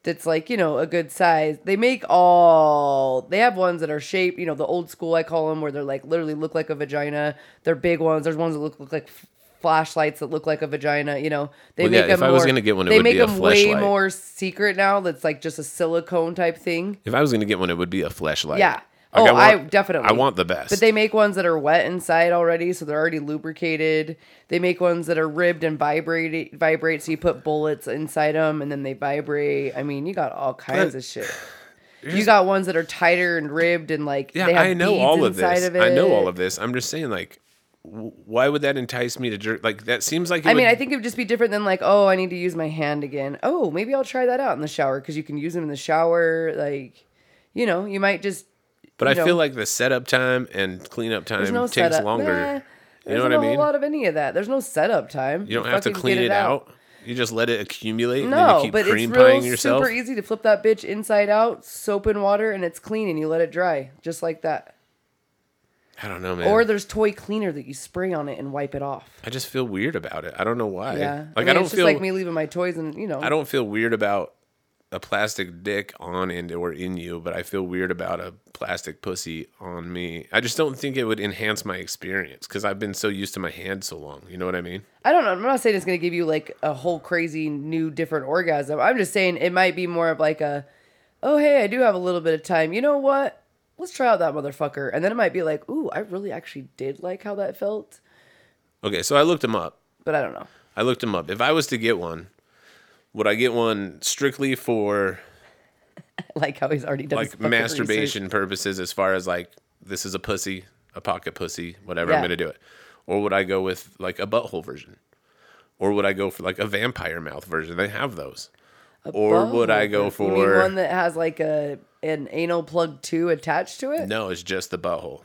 Speaker 2: that's like you know a good size, they make all. They have ones that are shaped. You know, the old school I call them, where they're like literally look like a vagina. They're big ones. There's ones that look look like." f- Flashlights that look like a vagina, you know, they
Speaker 3: Well, yeah,
Speaker 2: make them.
Speaker 3: if I was
Speaker 2: more-
Speaker 3: gonna get one, it
Speaker 2: they
Speaker 3: would
Speaker 2: make
Speaker 3: be a
Speaker 2: them way
Speaker 3: fleshlight.
Speaker 2: more secret now. That's like just a silicone type thing.
Speaker 3: if I was going to get one, it would be a flashlight.
Speaker 2: Yeah. Oh, I definitely-
Speaker 3: I want the best.
Speaker 2: But they make ones that are wet inside already, so they're already lubricated. They make ones that are ribbed and vibrate, vibrate. So you put bullets inside them, and then they vibrate. I mean, you got all kinds
Speaker 3: But-
Speaker 2: of shit. You got ones that are tighter and ribbed, and like
Speaker 3: yeah,
Speaker 2: they have
Speaker 3: I know
Speaker 2: beads
Speaker 3: all of
Speaker 2: inside
Speaker 3: this.
Speaker 2: Of
Speaker 3: I know all of this. I'm just saying, like, w- why would that entice me to jerk? Like, that seems like. It
Speaker 2: I mean,
Speaker 3: would-
Speaker 2: I think it would just be different than like, oh, I need to use my hand again. Oh, maybe I'll try that out in the shower because you can use them in the shower. Like, you know, you might just
Speaker 3: but
Speaker 2: you
Speaker 3: I feel
Speaker 2: know.
Speaker 3: like the setup time and cleanup time
Speaker 2: there's no
Speaker 3: takes
Speaker 2: setup.
Speaker 3: longer.
Speaker 2: Nah,
Speaker 3: you
Speaker 2: there's
Speaker 3: know what
Speaker 2: not a
Speaker 3: I mean?
Speaker 2: whole lot of any of that. There's no setup time.
Speaker 3: You don't have to
Speaker 2: fucking
Speaker 3: clean
Speaker 2: get
Speaker 3: it out. You just let it accumulate and then you
Speaker 2: No,
Speaker 3: keep
Speaker 2: but it's
Speaker 3: cream
Speaker 2: real
Speaker 3: pieing yourself.
Speaker 2: super e- easy to flip that bitch inside out, soap and water, and it's clean, and you let it dry just like that.
Speaker 3: I don't know, man.
Speaker 2: Or there's toy cleaner that you spray on it and wipe it off.
Speaker 3: I just feel weird about it. I don't know why.
Speaker 2: Yeah,
Speaker 3: Like I,
Speaker 2: mean,
Speaker 3: don't
Speaker 2: it's
Speaker 3: feel
Speaker 2: just like me leaving my toys, and you know,
Speaker 3: I don't feel weird about a plastic dick on and or in you, but I feel weird about a plastic pussy on me. I just don't think it would enhance my experience because I've been so used to my hand so long. You know what I mean?
Speaker 2: I don't know. I'm not saying it's going to give you like a whole crazy new different orgasm. I'm just saying it might be more of like a, oh, hey, I do have a little bit of time. You know what? Let's try out that motherfucker. And then it might be like, ooh, I really actually did like how that felt.
Speaker 3: Okay, so I looked him up.
Speaker 2: But I don't know. [laughs]
Speaker 3: I looked him up. If I was to get one, would I get one strictly for
Speaker 2: I like how he's already done his
Speaker 3: like
Speaker 2: fucking research.
Speaker 3: masturbation purposes as far as like this is a pussy, a pocket pussy, whatever I'm
Speaker 2: Yeah.
Speaker 3: gonna do it? Or would I go with like a butthole version? Or would I go for like a vampire mouth version? They have those. or would I go
Speaker 2: You mean
Speaker 3: for
Speaker 2: one that has like a an anal plug too attached to it?
Speaker 3: No, it's just the butthole.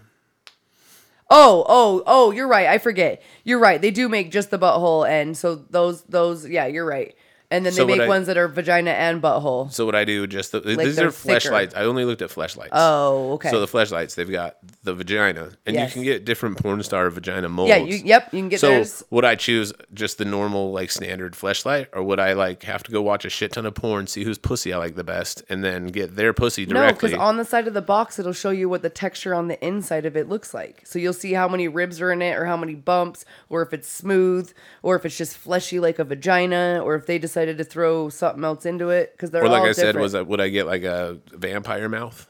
Speaker 2: Oh, oh, oh, you're right. I forget. You're right. They do make just the butthole and so those those yeah, you're right. And then they
Speaker 3: So would
Speaker 2: make
Speaker 3: I-
Speaker 2: ones that are vagina and butthole.
Speaker 3: So what I do just the, these
Speaker 2: they're
Speaker 3: are
Speaker 2: thicker.
Speaker 3: fleshlights. I only looked at fleshlights.
Speaker 2: Oh, okay.
Speaker 3: So the fleshlights, they've got the vagina, and
Speaker 2: Yes.
Speaker 3: you can get different porn star vagina molds.
Speaker 2: yeah, you yep, you can get
Speaker 3: so
Speaker 2: theirs.
Speaker 3: would I choose just the normal like standard fleshlight, or would I like have to go watch a shit ton of porn, see whose pussy I like the best, and then get their pussy
Speaker 2: No, because
Speaker 3: directly?
Speaker 2: on the side of the box it'll show you what the texture on the inside of it looks like. So you'll see how many ribs are in it, or how many bumps, or if it's smooth, or if it's just fleshy like a vagina, or if they decided to throw something else into it. Because they're
Speaker 3: or like
Speaker 2: all
Speaker 3: I
Speaker 2: different.
Speaker 3: said, was I, would I get like a vampire mouth?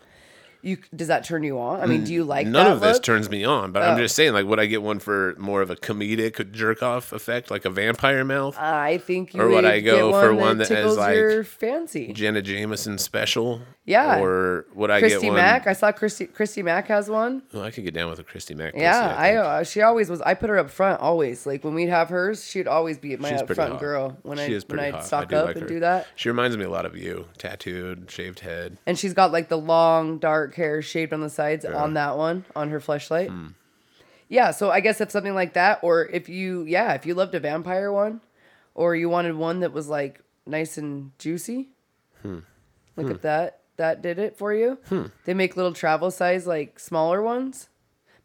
Speaker 2: you does that turn you on? I mean, do you like
Speaker 3: Mm, None
Speaker 2: that
Speaker 3: of this
Speaker 2: look? Oh.
Speaker 3: turns me on, but I'm just saying, like, would I get one for more of a comedic jerk off effect, like a vampire mouth?
Speaker 2: I think you
Speaker 3: Or
Speaker 2: would
Speaker 3: would I
Speaker 2: get
Speaker 3: go
Speaker 2: one
Speaker 3: for
Speaker 2: that
Speaker 3: one that is
Speaker 2: tickles
Speaker 3: like-
Speaker 2: your fancy.
Speaker 3: Jenna Jameson special?
Speaker 2: Yeah.
Speaker 3: Or would I get
Speaker 2: Christy
Speaker 3: one?
Speaker 2: Mack, I saw Christy Christy Mack has one.
Speaker 3: Well, I could get down with a Christy Mack. pussy,
Speaker 2: Yeah, I,
Speaker 3: think.
Speaker 2: uh, she always was. I put her up front always. Like when we'd have hers, she'd always be my
Speaker 3: She's
Speaker 2: up
Speaker 3: pretty
Speaker 2: front
Speaker 3: hot.
Speaker 2: girl when
Speaker 3: She
Speaker 2: I
Speaker 3: is
Speaker 2: when
Speaker 3: pretty
Speaker 2: I'd
Speaker 3: hot.
Speaker 2: stock
Speaker 3: do
Speaker 2: up
Speaker 3: like
Speaker 2: and
Speaker 3: her.
Speaker 2: do that.
Speaker 3: She reminds me a lot of you, tattooed, shaved head.
Speaker 2: And she's got like the long dark hair shaved on the sides on that one on her fleshlight.
Speaker 3: Hmm.
Speaker 2: Yeah, so I guess if something like that, or if you yeah, if you loved a vampire one, or you wanted one that was like nice and juicy,
Speaker 3: Hmm.
Speaker 2: look at that. That did it for you. They make little travel size like smaller ones.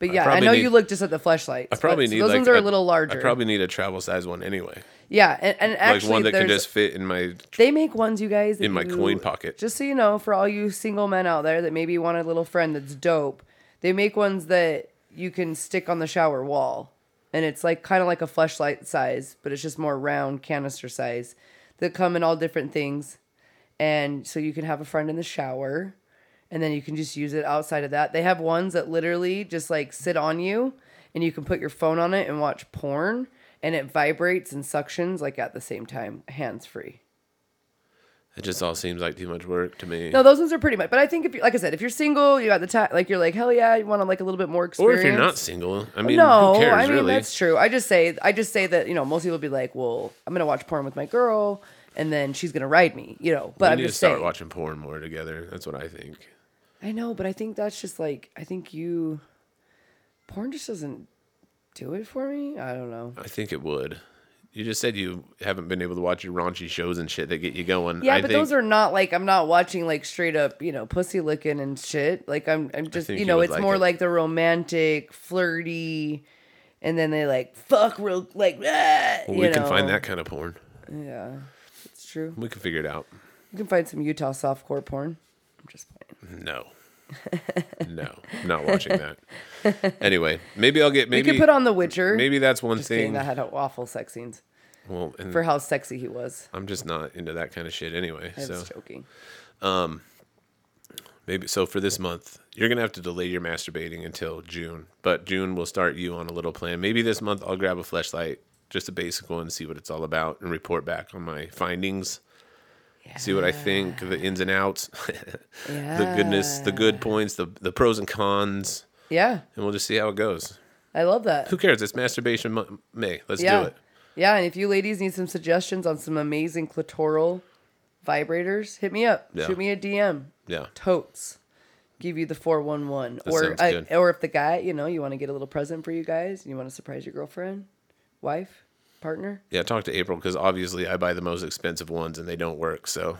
Speaker 2: But yeah, I
Speaker 3: probably
Speaker 2: know
Speaker 3: need-
Speaker 2: you looked just at the fleshlights.
Speaker 3: I probably
Speaker 2: but- so
Speaker 3: need
Speaker 2: those
Speaker 3: like
Speaker 2: ones are a,
Speaker 3: a
Speaker 2: little larger.
Speaker 3: I probably need a travel size one anyway,
Speaker 2: Yeah, and, and actually,
Speaker 3: like one that can
Speaker 2: there's-
Speaker 3: just fit in my.
Speaker 2: they make ones, you guys, that
Speaker 3: In my
Speaker 2: you-
Speaker 3: coin pocket.
Speaker 2: Just so you know, for all you single men out there that maybe want a little friend that's dope, they make ones that you can stick on the shower wall, and it's like kind of like a flashlight size, but it's just more round canister size. That come in all different things, and so you can have a friend in the shower, and then you can just use it outside of that. They have ones that literally just like sit on you, and you can put your phone on it and watch porn. And it vibrates and suctions like at the same time, hands free.
Speaker 3: It just all seems like too much work to me.
Speaker 2: No, those ones are pretty much. But I think if you, like I said, if you're single, you got the time. Like you're like hell yeah, you want to like a little bit more
Speaker 3: or
Speaker 2: experience.
Speaker 3: if you're not single, I mean,
Speaker 2: no,
Speaker 3: who cares
Speaker 2: I mean
Speaker 3: really?
Speaker 2: that's true. I just say I just say that you know most people be like, well, I'm gonna watch porn with my girl, and then she's gonna ride me, you know. But
Speaker 3: we
Speaker 2: I'm
Speaker 3: need
Speaker 2: just
Speaker 3: to start
Speaker 2: saying.
Speaker 3: watching porn more together. That's what I think.
Speaker 2: I know, but I think that's just like I think you, porn just doesn't do it for me. I don't know.
Speaker 3: I think it would. You just said you haven't been able to watch your raunchy shows and shit that get you going.
Speaker 2: Yeah,
Speaker 3: I
Speaker 2: but
Speaker 3: think,
Speaker 2: those are not like I'm not watching like straight up, you know, pussy licking and shit. Like I'm I'm just
Speaker 3: think
Speaker 2: you
Speaker 3: you
Speaker 2: know,
Speaker 3: would
Speaker 2: it's
Speaker 3: like
Speaker 2: more
Speaker 3: it.
Speaker 2: like the romantic, flirty, and then they like fuck real like ah,
Speaker 3: Well,
Speaker 2: you
Speaker 3: we can find
Speaker 2: know.
Speaker 3: that kind of porn.
Speaker 2: Yeah. It's true.
Speaker 3: We can figure it out.
Speaker 2: You can find some Utah softcore porn. I'm just playing. [laughs]
Speaker 3: No. no, not watching that. Anyway, maybe I'll get maybe
Speaker 2: we could put on The Witcher.
Speaker 3: maybe that's one
Speaker 2: just kidding,
Speaker 3: thing.
Speaker 2: that had awful sex scenes
Speaker 3: well, and
Speaker 2: for how sexy he was.
Speaker 3: I'm just not into that kind of shit anyway.
Speaker 2: I
Speaker 3: so
Speaker 2: was joking.
Speaker 3: maybe so for this month, you're gonna have to delay your masturbating until June. But June will start you on a little plan. Maybe this month I'll grab a flashlight, just a basic one, see what it's all about, and report back on my findings. See what I think, the ins and outs, [laughs] the goodness, the good points, the the pros and cons,
Speaker 2: Yeah.
Speaker 3: and we'll just see how it goes.
Speaker 2: I love that.
Speaker 3: Who cares? It's masturbation Mo- May. Let's
Speaker 2: yeah.
Speaker 3: do it.
Speaker 2: Yeah, and if you ladies need some suggestions on some amazing clitoral vibrators, hit me up.
Speaker 3: Yeah.
Speaker 2: Shoot me a DM.
Speaker 3: Yeah.
Speaker 2: Totes. Give you the 411 or
Speaker 3: sounds
Speaker 2: uh,
Speaker 3: good.
Speaker 2: or if the guy, you know, you want to get a little present for you guys and you want to surprise your girlfriend, wife,
Speaker 3: [laughs]
Speaker 2: partner.
Speaker 3: Yeah, talk to April because obviously I buy the most expensive ones and they don't work. So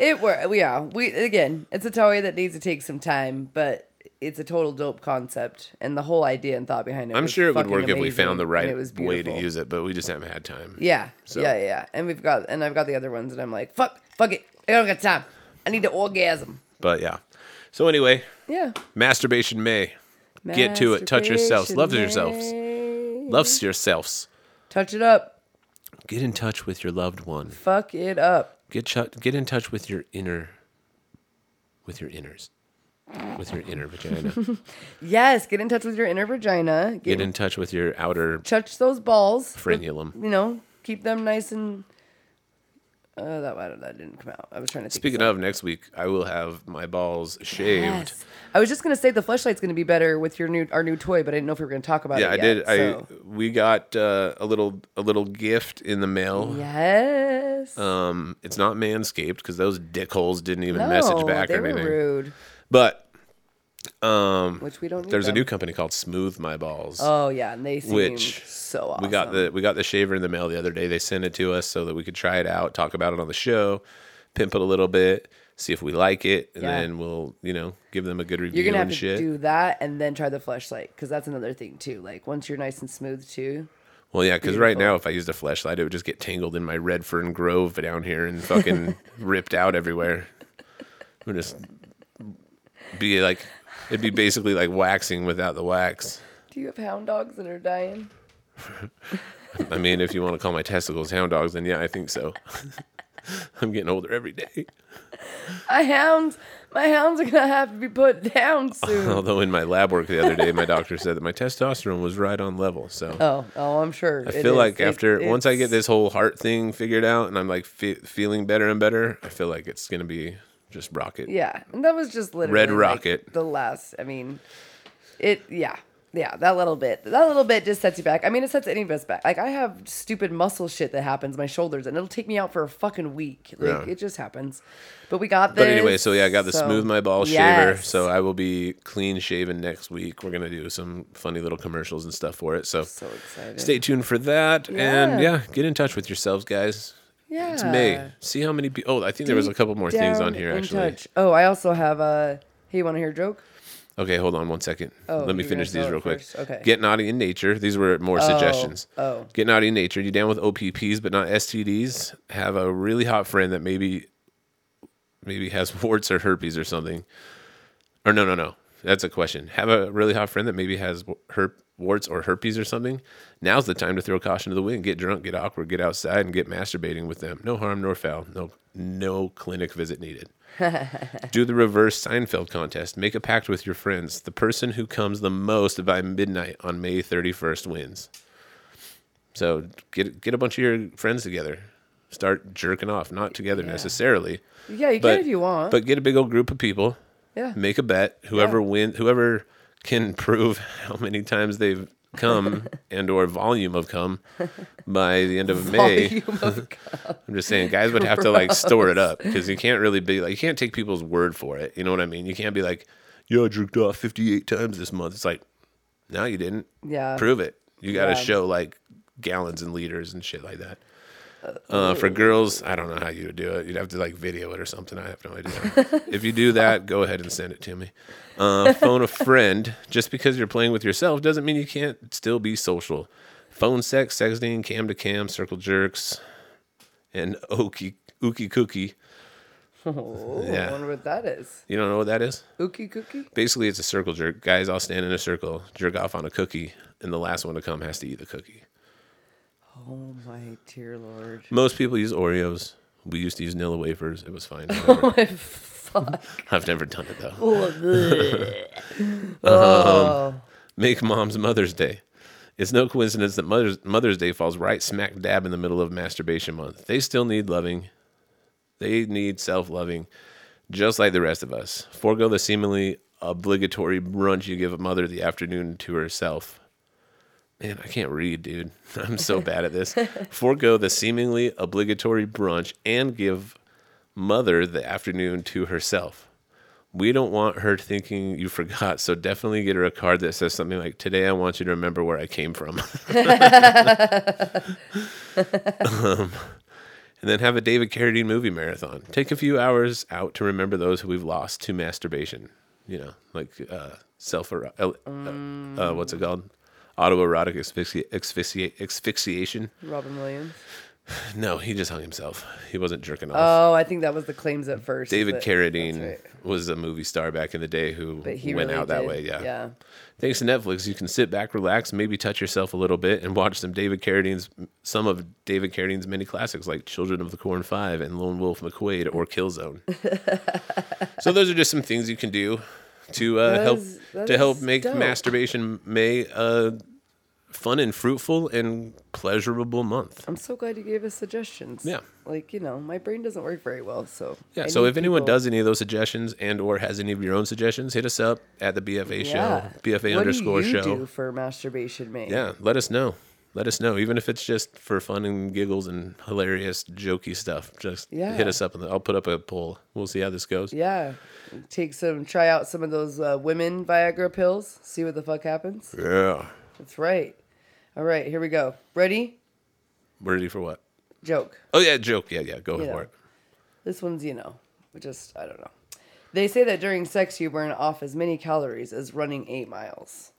Speaker 2: It were yeah, we again, it's a toy that needs to take some time, but it's a total dope concept, and the whole idea and thought behind it.
Speaker 3: I'm
Speaker 2: was
Speaker 3: sure it would
Speaker 2: fucking
Speaker 3: work if we
Speaker 2: amazing,
Speaker 3: found the
Speaker 2: and
Speaker 3: right
Speaker 2: it was
Speaker 3: way to
Speaker 2: beautiful.
Speaker 3: use it, but we just haven't had time.
Speaker 2: Yeah,
Speaker 3: So-
Speaker 2: yeah, yeah, yeah. And we've got, and I've got the other ones, and I'm like, fuck, fuck it, I don't got time. I need to orgasm.
Speaker 3: But yeah. So anyway,
Speaker 2: Yeah.
Speaker 3: masturbation may. Get to it. Touch yourselves. Love
Speaker 2: Masturbation
Speaker 3: yourselves.
Speaker 2: may.
Speaker 3: Loves yourselves.
Speaker 2: Touch it up.
Speaker 3: Get in touch with your loved one.
Speaker 2: Fuck it up.
Speaker 3: Get chu- get in touch with your inner with your inners. With your inner vagina.
Speaker 2: [laughs] Yes, get in touch with your inner vagina. Get,
Speaker 3: Get in touch with your outer
Speaker 2: touch those balls.
Speaker 3: frenulum.
Speaker 2: You know, keep them nice and. Uh, that why did- that didn't come out. I was trying to think
Speaker 3: Speaking of next week, I will have my balls shaved.
Speaker 2: Yes. I was just gonna say the fleshlight's gonna be better with your new our new toy, but I didn't know if we were gonna talk about
Speaker 3: Yeah, I
Speaker 2: it.
Speaker 3: did.
Speaker 2: yet, so.
Speaker 3: I we got uh, a little a little gift in the mail.
Speaker 2: yes.
Speaker 3: Um, it's not manscaped because those dickholes didn't even
Speaker 2: no,
Speaker 3: message back
Speaker 2: Oh, they
Speaker 3: or
Speaker 2: were
Speaker 3: anything.
Speaker 2: rude,
Speaker 3: But
Speaker 2: which we don't. Need
Speaker 3: there's a
Speaker 2: them.
Speaker 3: new company called Smooth My Balls.
Speaker 2: Oh yeah, and they seem
Speaker 3: Which
Speaker 2: so awesome.
Speaker 3: We got the we got the shaver in the mail the other day. They sent it to us so that we could try it out, talk about it on the show, pimp it a little bit, see if we like it, and
Speaker 2: Yeah.
Speaker 3: then we'll you know give them a good review
Speaker 2: You're gonna have
Speaker 3: and
Speaker 2: to
Speaker 3: shit.
Speaker 2: do that and then try the fleshlight because that's another thing too. Like once you're nice and smooth too.
Speaker 3: well, yeah, because right now if I used a flashlight, it would just get tangled in my red fern grove down here
Speaker 2: [laughs]
Speaker 3: and fucking ripped out everywhere. It would just be like it'd be basically like waxing without the wax.
Speaker 2: Do you have hound dogs that are dying?
Speaker 3: I mean, if you want to call my testicles hound dogs, then yeah, I think so. [laughs] I'm getting older every day.
Speaker 2: My hounds, my hounds are gonna have to be put
Speaker 3: [laughs]
Speaker 2: down
Speaker 3: Oh,
Speaker 2: soon.
Speaker 3: Although in my lab work the other day, my doctor said that my testosterone was right on level. So
Speaker 2: oh, oh, I'm sure.
Speaker 3: I feel like after once I get this whole heart thing figured out and I'm like fe- feeling better and better, I feel like it's gonna be just rocket.
Speaker 2: Yeah, and that was just literally like,
Speaker 3: Rocket.
Speaker 2: the last, I mean, it. Yeah, yeah. That little bit. That little bit just sets you back. I mean, it sets any of us back. Like I have stupid muscle shit that happens my shoulders, and it'll take me out for a fucking week. Like
Speaker 3: Yeah.
Speaker 2: it just happens. But we got this.
Speaker 3: But anyway, so yeah, I got the
Speaker 2: so-
Speaker 3: smooth my ball shaver.
Speaker 2: Yes.
Speaker 3: So I will be clean shaven next week. We're gonna do some funny little commercials and stuff for it. So,
Speaker 2: so excited.
Speaker 3: stay tuned for that. And
Speaker 2: Yeah.
Speaker 3: yeah, get in touch with yourselves, guys.
Speaker 2: yeah.
Speaker 3: It's May. See how many people. Oh, I think there was a
Speaker 2: Deep
Speaker 3: couple more things
Speaker 2: down
Speaker 3: on here
Speaker 2: in
Speaker 3: actually.
Speaker 2: touch. Oh, I also have a. Hey, you want to hear a joke?
Speaker 3: Okay, hold on one second.
Speaker 2: Oh,
Speaker 3: Let me
Speaker 2: you're
Speaker 3: finish
Speaker 2: gonna
Speaker 3: these
Speaker 2: tell it
Speaker 3: real quick.
Speaker 2: first? Okay.
Speaker 3: Get naughty in nature. These were more suggestions.
Speaker 2: oh.
Speaker 3: Get naughty in nature. You down with OPPs but not STDs? Have a really hot friend that maybe maybe has [laughs] warts or herpes or something. Or no, no, no. That's a question. Have a really hot friend that maybe has w- herp, warts or herpes or something. Now's the time to throw caution to the wind. Get drunk, get awkward, get outside, and get masturbating with them. No harm nor foul. No, no clinic visit needed. Do the reverse Seinfeld contest. Make a pact with your friends. The person who comes the most by midnight on May 31st wins. So get get a bunch of your friends together. Start jerking off. Not together necessarily.
Speaker 2: Yeah, you
Speaker 3: But
Speaker 2: can if you want.
Speaker 3: But get a big old group of people.
Speaker 2: Yeah. [laughs]
Speaker 3: Make a bet. Whoever win whoever can [laughs] prove how many times they've
Speaker 2: [laughs]
Speaker 3: come and or volume of come by the end
Speaker 2: Oh,
Speaker 3: of [laughs] May.
Speaker 2: Volume of-
Speaker 3: I'm just saying, guys would have to like store it up because you can't really be like, you can't take people's word for it. You know what I mean? You can't be like, yo, I jerked off 58 times this month. It's like, no, you didn't.
Speaker 2: Yeah.
Speaker 3: Prove it. You got to
Speaker 2: Yeah.
Speaker 3: show like gallons and liters and shit like that. Uh, for girls, I don't know how you would do it. You'd have to like video it or something. I have no idea. if you do that, go ahead and send it to me. Uh, phone a friend. Just because you're playing with yourself doesn't mean you can't still be social. Phone sex, sexting, cam to cam, circle jerks, and okie ookie cookie.
Speaker 2: oh,
Speaker 3: Yeah.
Speaker 2: I wonder what that is.
Speaker 3: You don't know what that is?
Speaker 2: Ookie cookie.
Speaker 3: Basically, it's a circle jerk. Guys all stand in a circle, jerk off on a cookie, and the last one to come has to eat the cookie.
Speaker 2: Oh my dear lord.
Speaker 3: Most people use Oreos. We used to use Nilla wafers. It was fine.
Speaker 2: [laughs]
Speaker 3: whatever.
Speaker 2: Fuck.
Speaker 3: [laughs] I've never done it though. [laughs] Um,
Speaker 2: oh.
Speaker 3: Make mom's Mother's Day. It's no coincidence that Mother's, Mother's Day falls right smack dab in the middle of masturbation month. They still need loving. They need self loving, just like the rest of us. Forego the seemingly obligatory brunch you give a mother the afternoon to herself. Man, I can't read, dude. [laughs] I'm so bad at this. Forego the seemingly obligatory brunch and give mother the afternoon to herself we don't want her thinking you forgot. So definitely get her a card that says something like, Today I want you to remember where I
Speaker 2: [laughs]
Speaker 3: came from. um, Um, and then have a David Carradine movie marathon. Take a few hours out to remember those who we've lost to masturbation. You know, like uh, self uh,
Speaker 2: Mm.
Speaker 3: uh, what's it called? Autoerotic asphyxi- asphyxia- asphyxiation.
Speaker 2: Robin Williams.
Speaker 3: No, he just hung himself. He wasn't jerking off.
Speaker 2: Oh, I think that was the claims at first.
Speaker 3: David
Speaker 2: but-
Speaker 3: Carradine
Speaker 2: that's right.
Speaker 3: was a movie star back in the day who
Speaker 2: But he
Speaker 3: went
Speaker 2: really
Speaker 3: out that
Speaker 2: did.
Speaker 3: way. Yeah.
Speaker 2: Yeah.
Speaker 3: Thanks to Netflix, you can sit back, relax, maybe touch yourself a little bit, and watch some David Carradine's, some of David Carradine's many classics like Children of the Corn Five and Lone Wolf McQuade
Speaker 2: [laughs]
Speaker 3: or Killzone. so those are just some things you can do to uh,
Speaker 2: That
Speaker 3: help
Speaker 2: is- that
Speaker 3: to help
Speaker 2: is
Speaker 3: make
Speaker 2: dope.
Speaker 3: masturbation May a fun and fruitful and pleasurable month.
Speaker 2: I'm so glad you gave us suggestions.
Speaker 3: Yeah.
Speaker 2: Like, you know, my brain doesn't work very well, so.
Speaker 3: Yeah.
Speaker 2: I
Speaker 3: So
Speaker 2: need
Speaker 3: if anyone
Speaker 2: people-
Speaker 3: does any of those suggestions and or has any of your own suggestions, hit us up at the BFA
Speaker 2: Yeah.
Speaker 3: show, BFA
Speaker 2: what
Speaker 3: underscore
Speaker 2: do you
Speaker 3: show.
Speaker 2: do for masturbation, mate?
Speaker 3: Yeah. Let us know. Let us know, even if it's just for fun and giggles and hilarious, jokey stuff. Just
Speaker 2: Yeah.
Speaker 3: hit us up, and I'll put up a poll. We'll see how this goes.
Speaker 2: Yeah. Take some, try out some of those uh, women Viagra pills. See what the fuck happens.
Speaker 3: Yeah.
Speaker 2: That's right. All right, here we go. Ready?
Speaker 3: Ready for what?
Speaker 2: Joke.
Speaker 3: Oh yeah, joke. Yeah, yeah. Go
Speaker 2: Yeah.
Speaker 3: for it.
Speaker 2: This one's, you know, just, I don't know. They say that during sex you burn off as many calories as running eight miles.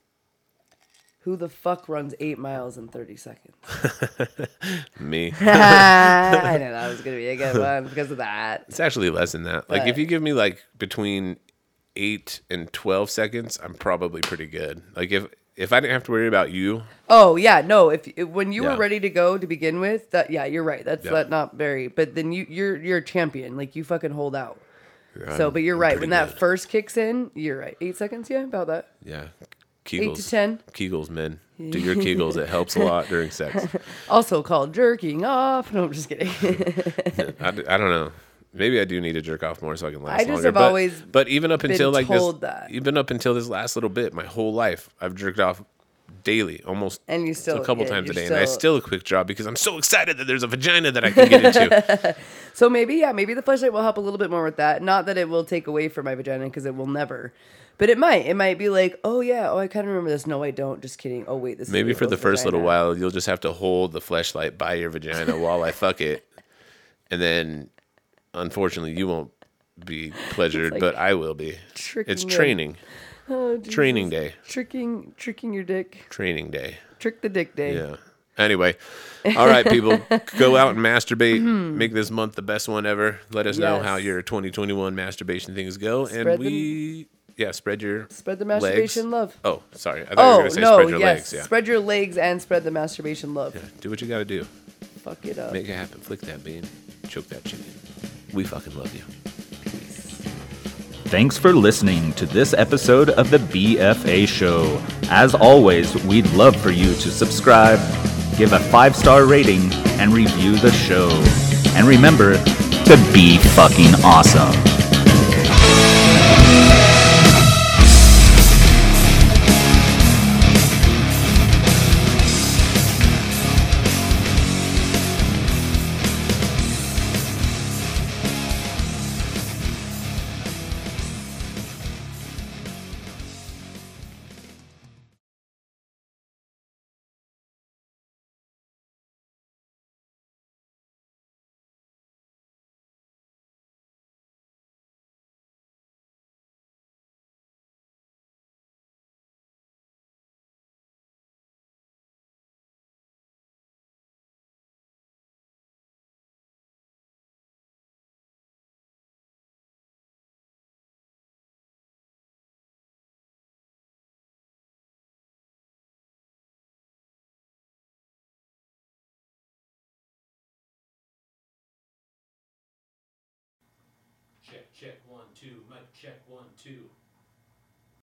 Speaker 2: Who the fuck runs eight miles in 30 seconds? [laughs]
Speaker 3: Me.
Speaker 2: I didn't know it was going to be a
Speaker 3: [laughs]
Speaker 2: good one because of that.
Speaker 3: It's actually less than that. Like if
Speaker 2: But-
Speaker 3: you give me like between eight and twelve seconds, I'm probably pretty good. Like if if I didn't have to worry about you,
Speaker 2: Oh, yeah, no, if, if- when you
Speaker 3: Yeah.
Speaker 2: were ready to go to begin with, that yeah, you're right. That's
Speaker 3: Yeah.
Speaker 2: that not very, but then you you're you're a champion. Like you fucking hold out. so,
Speaker 3: I'm-
Speaker 2: but you're
Speaker 3: I'm
Speaker 2: right.
Speaker 3: pretty
Speaker 2: When that
Speaker 3: good.
Speaker 2: first kicks in, you're right. 8 seconds, yeah, about that.
Speaker 3: yeah, Kegels,
Speaker 2: Eight to 10.
Speaker 3: Kegels, men,
Speaker 2: [laughs]
Speaker 3: do your Kegels. It helps a lot during sex.
Speaker 2: Also called jerking off. [laughs] No, I'm just kidding.
Speaker 3: I, d- I don't know. Maybe I do need to jerk off more so I can last
Speaker 2: I just
Speaker 3: longer.
Speaker 2: have
Speaker 3: but,
Speaker 2: always
Speaker 3: but even up until like
Speaker 2: told
Speaker 3: this,
Speaker 2: that.
Speaker 3: even up until this last little bit, my whole life I've jerked off daily, almost
Speaker 2: And you still-
Speaker 3: a couple
Speaker 2: yeah,
Speaker 3: times a
Speaker 2: you're
Speaker 3: day, and I
Speaker 2: still-
Speaker 3: still quick draw because I'm so excited that there's a vagina that I can get
Speaker 2: [laughs]
Speaker 3: into.
Speaker 2: So maybe, yeah, maybe the flashlight will help a little bit more with that. Not that it will take away from my vagina because it will never. But it might. It might be like, oh yeah, oh I kind of remember this. No, I don't. Just kidding. Oh wait, this. is
Speaker 3: Maybe for the
Speaker 2: April's
Speaker 3: first little
Speaker 2: vagina.
Speaker 3: while, you'll just have to hold the flashlight by your vagina while I fuck it, and then unfortunately you won't
Speaker 2: [laughs]
Speaker 3: be pleasured,
Speaker 2: like
Speaker 3: but I will be.
Speaker 2: tricking
Speaker 3: It's
Speaker 2: your-
Speaker 3: training,
Speaker 2: Oh, Jesus.
Speaker 3: training day,
Speaker 2: Tricking, tricking your dick.
Speaker 3: training day.
Speaker 2: Trick the dick day.
Speaker 3: Yeah. Anyway, all right, people, go out and masturbate. Make this month the best one ever. Let us know
Speaker 2: Mm-hmm. Yes.
Speaker 3: how your 2021 masturbation things go,
Speaker 2: Spread
Speaker 3: and
Speaker 2: the-
Speaker 3: we yeah spread your
Speaker 2: Spread the masturbation
Speaker 3: legs.
Speaker 2: love.
Speaker 3: Oh, sorry, I thought you were
Speaker 2: Oh
Speaker 3: gonna say
Speaker 2: no!
Speaker 3: spread your
Speaker 2: yes,
Speaker 3: legs. Yeah,
Speaker 2: spread your legs and spread the masturbation love.
Speaker 3: do what you gotta do.
Speaker 2: Fuck it up.
Speaker 3: Make it happen. Flick that bean. Choke that chicken. We fucking love you.
Speaker 1: Thanks for listening to this episode of the BFA Show. As always, we'd love for you to subscribe, give a five star rating, and review the show. And remember to be fucking awesome.
Speaker 4: Check, check, one, two. Mic check, one, two.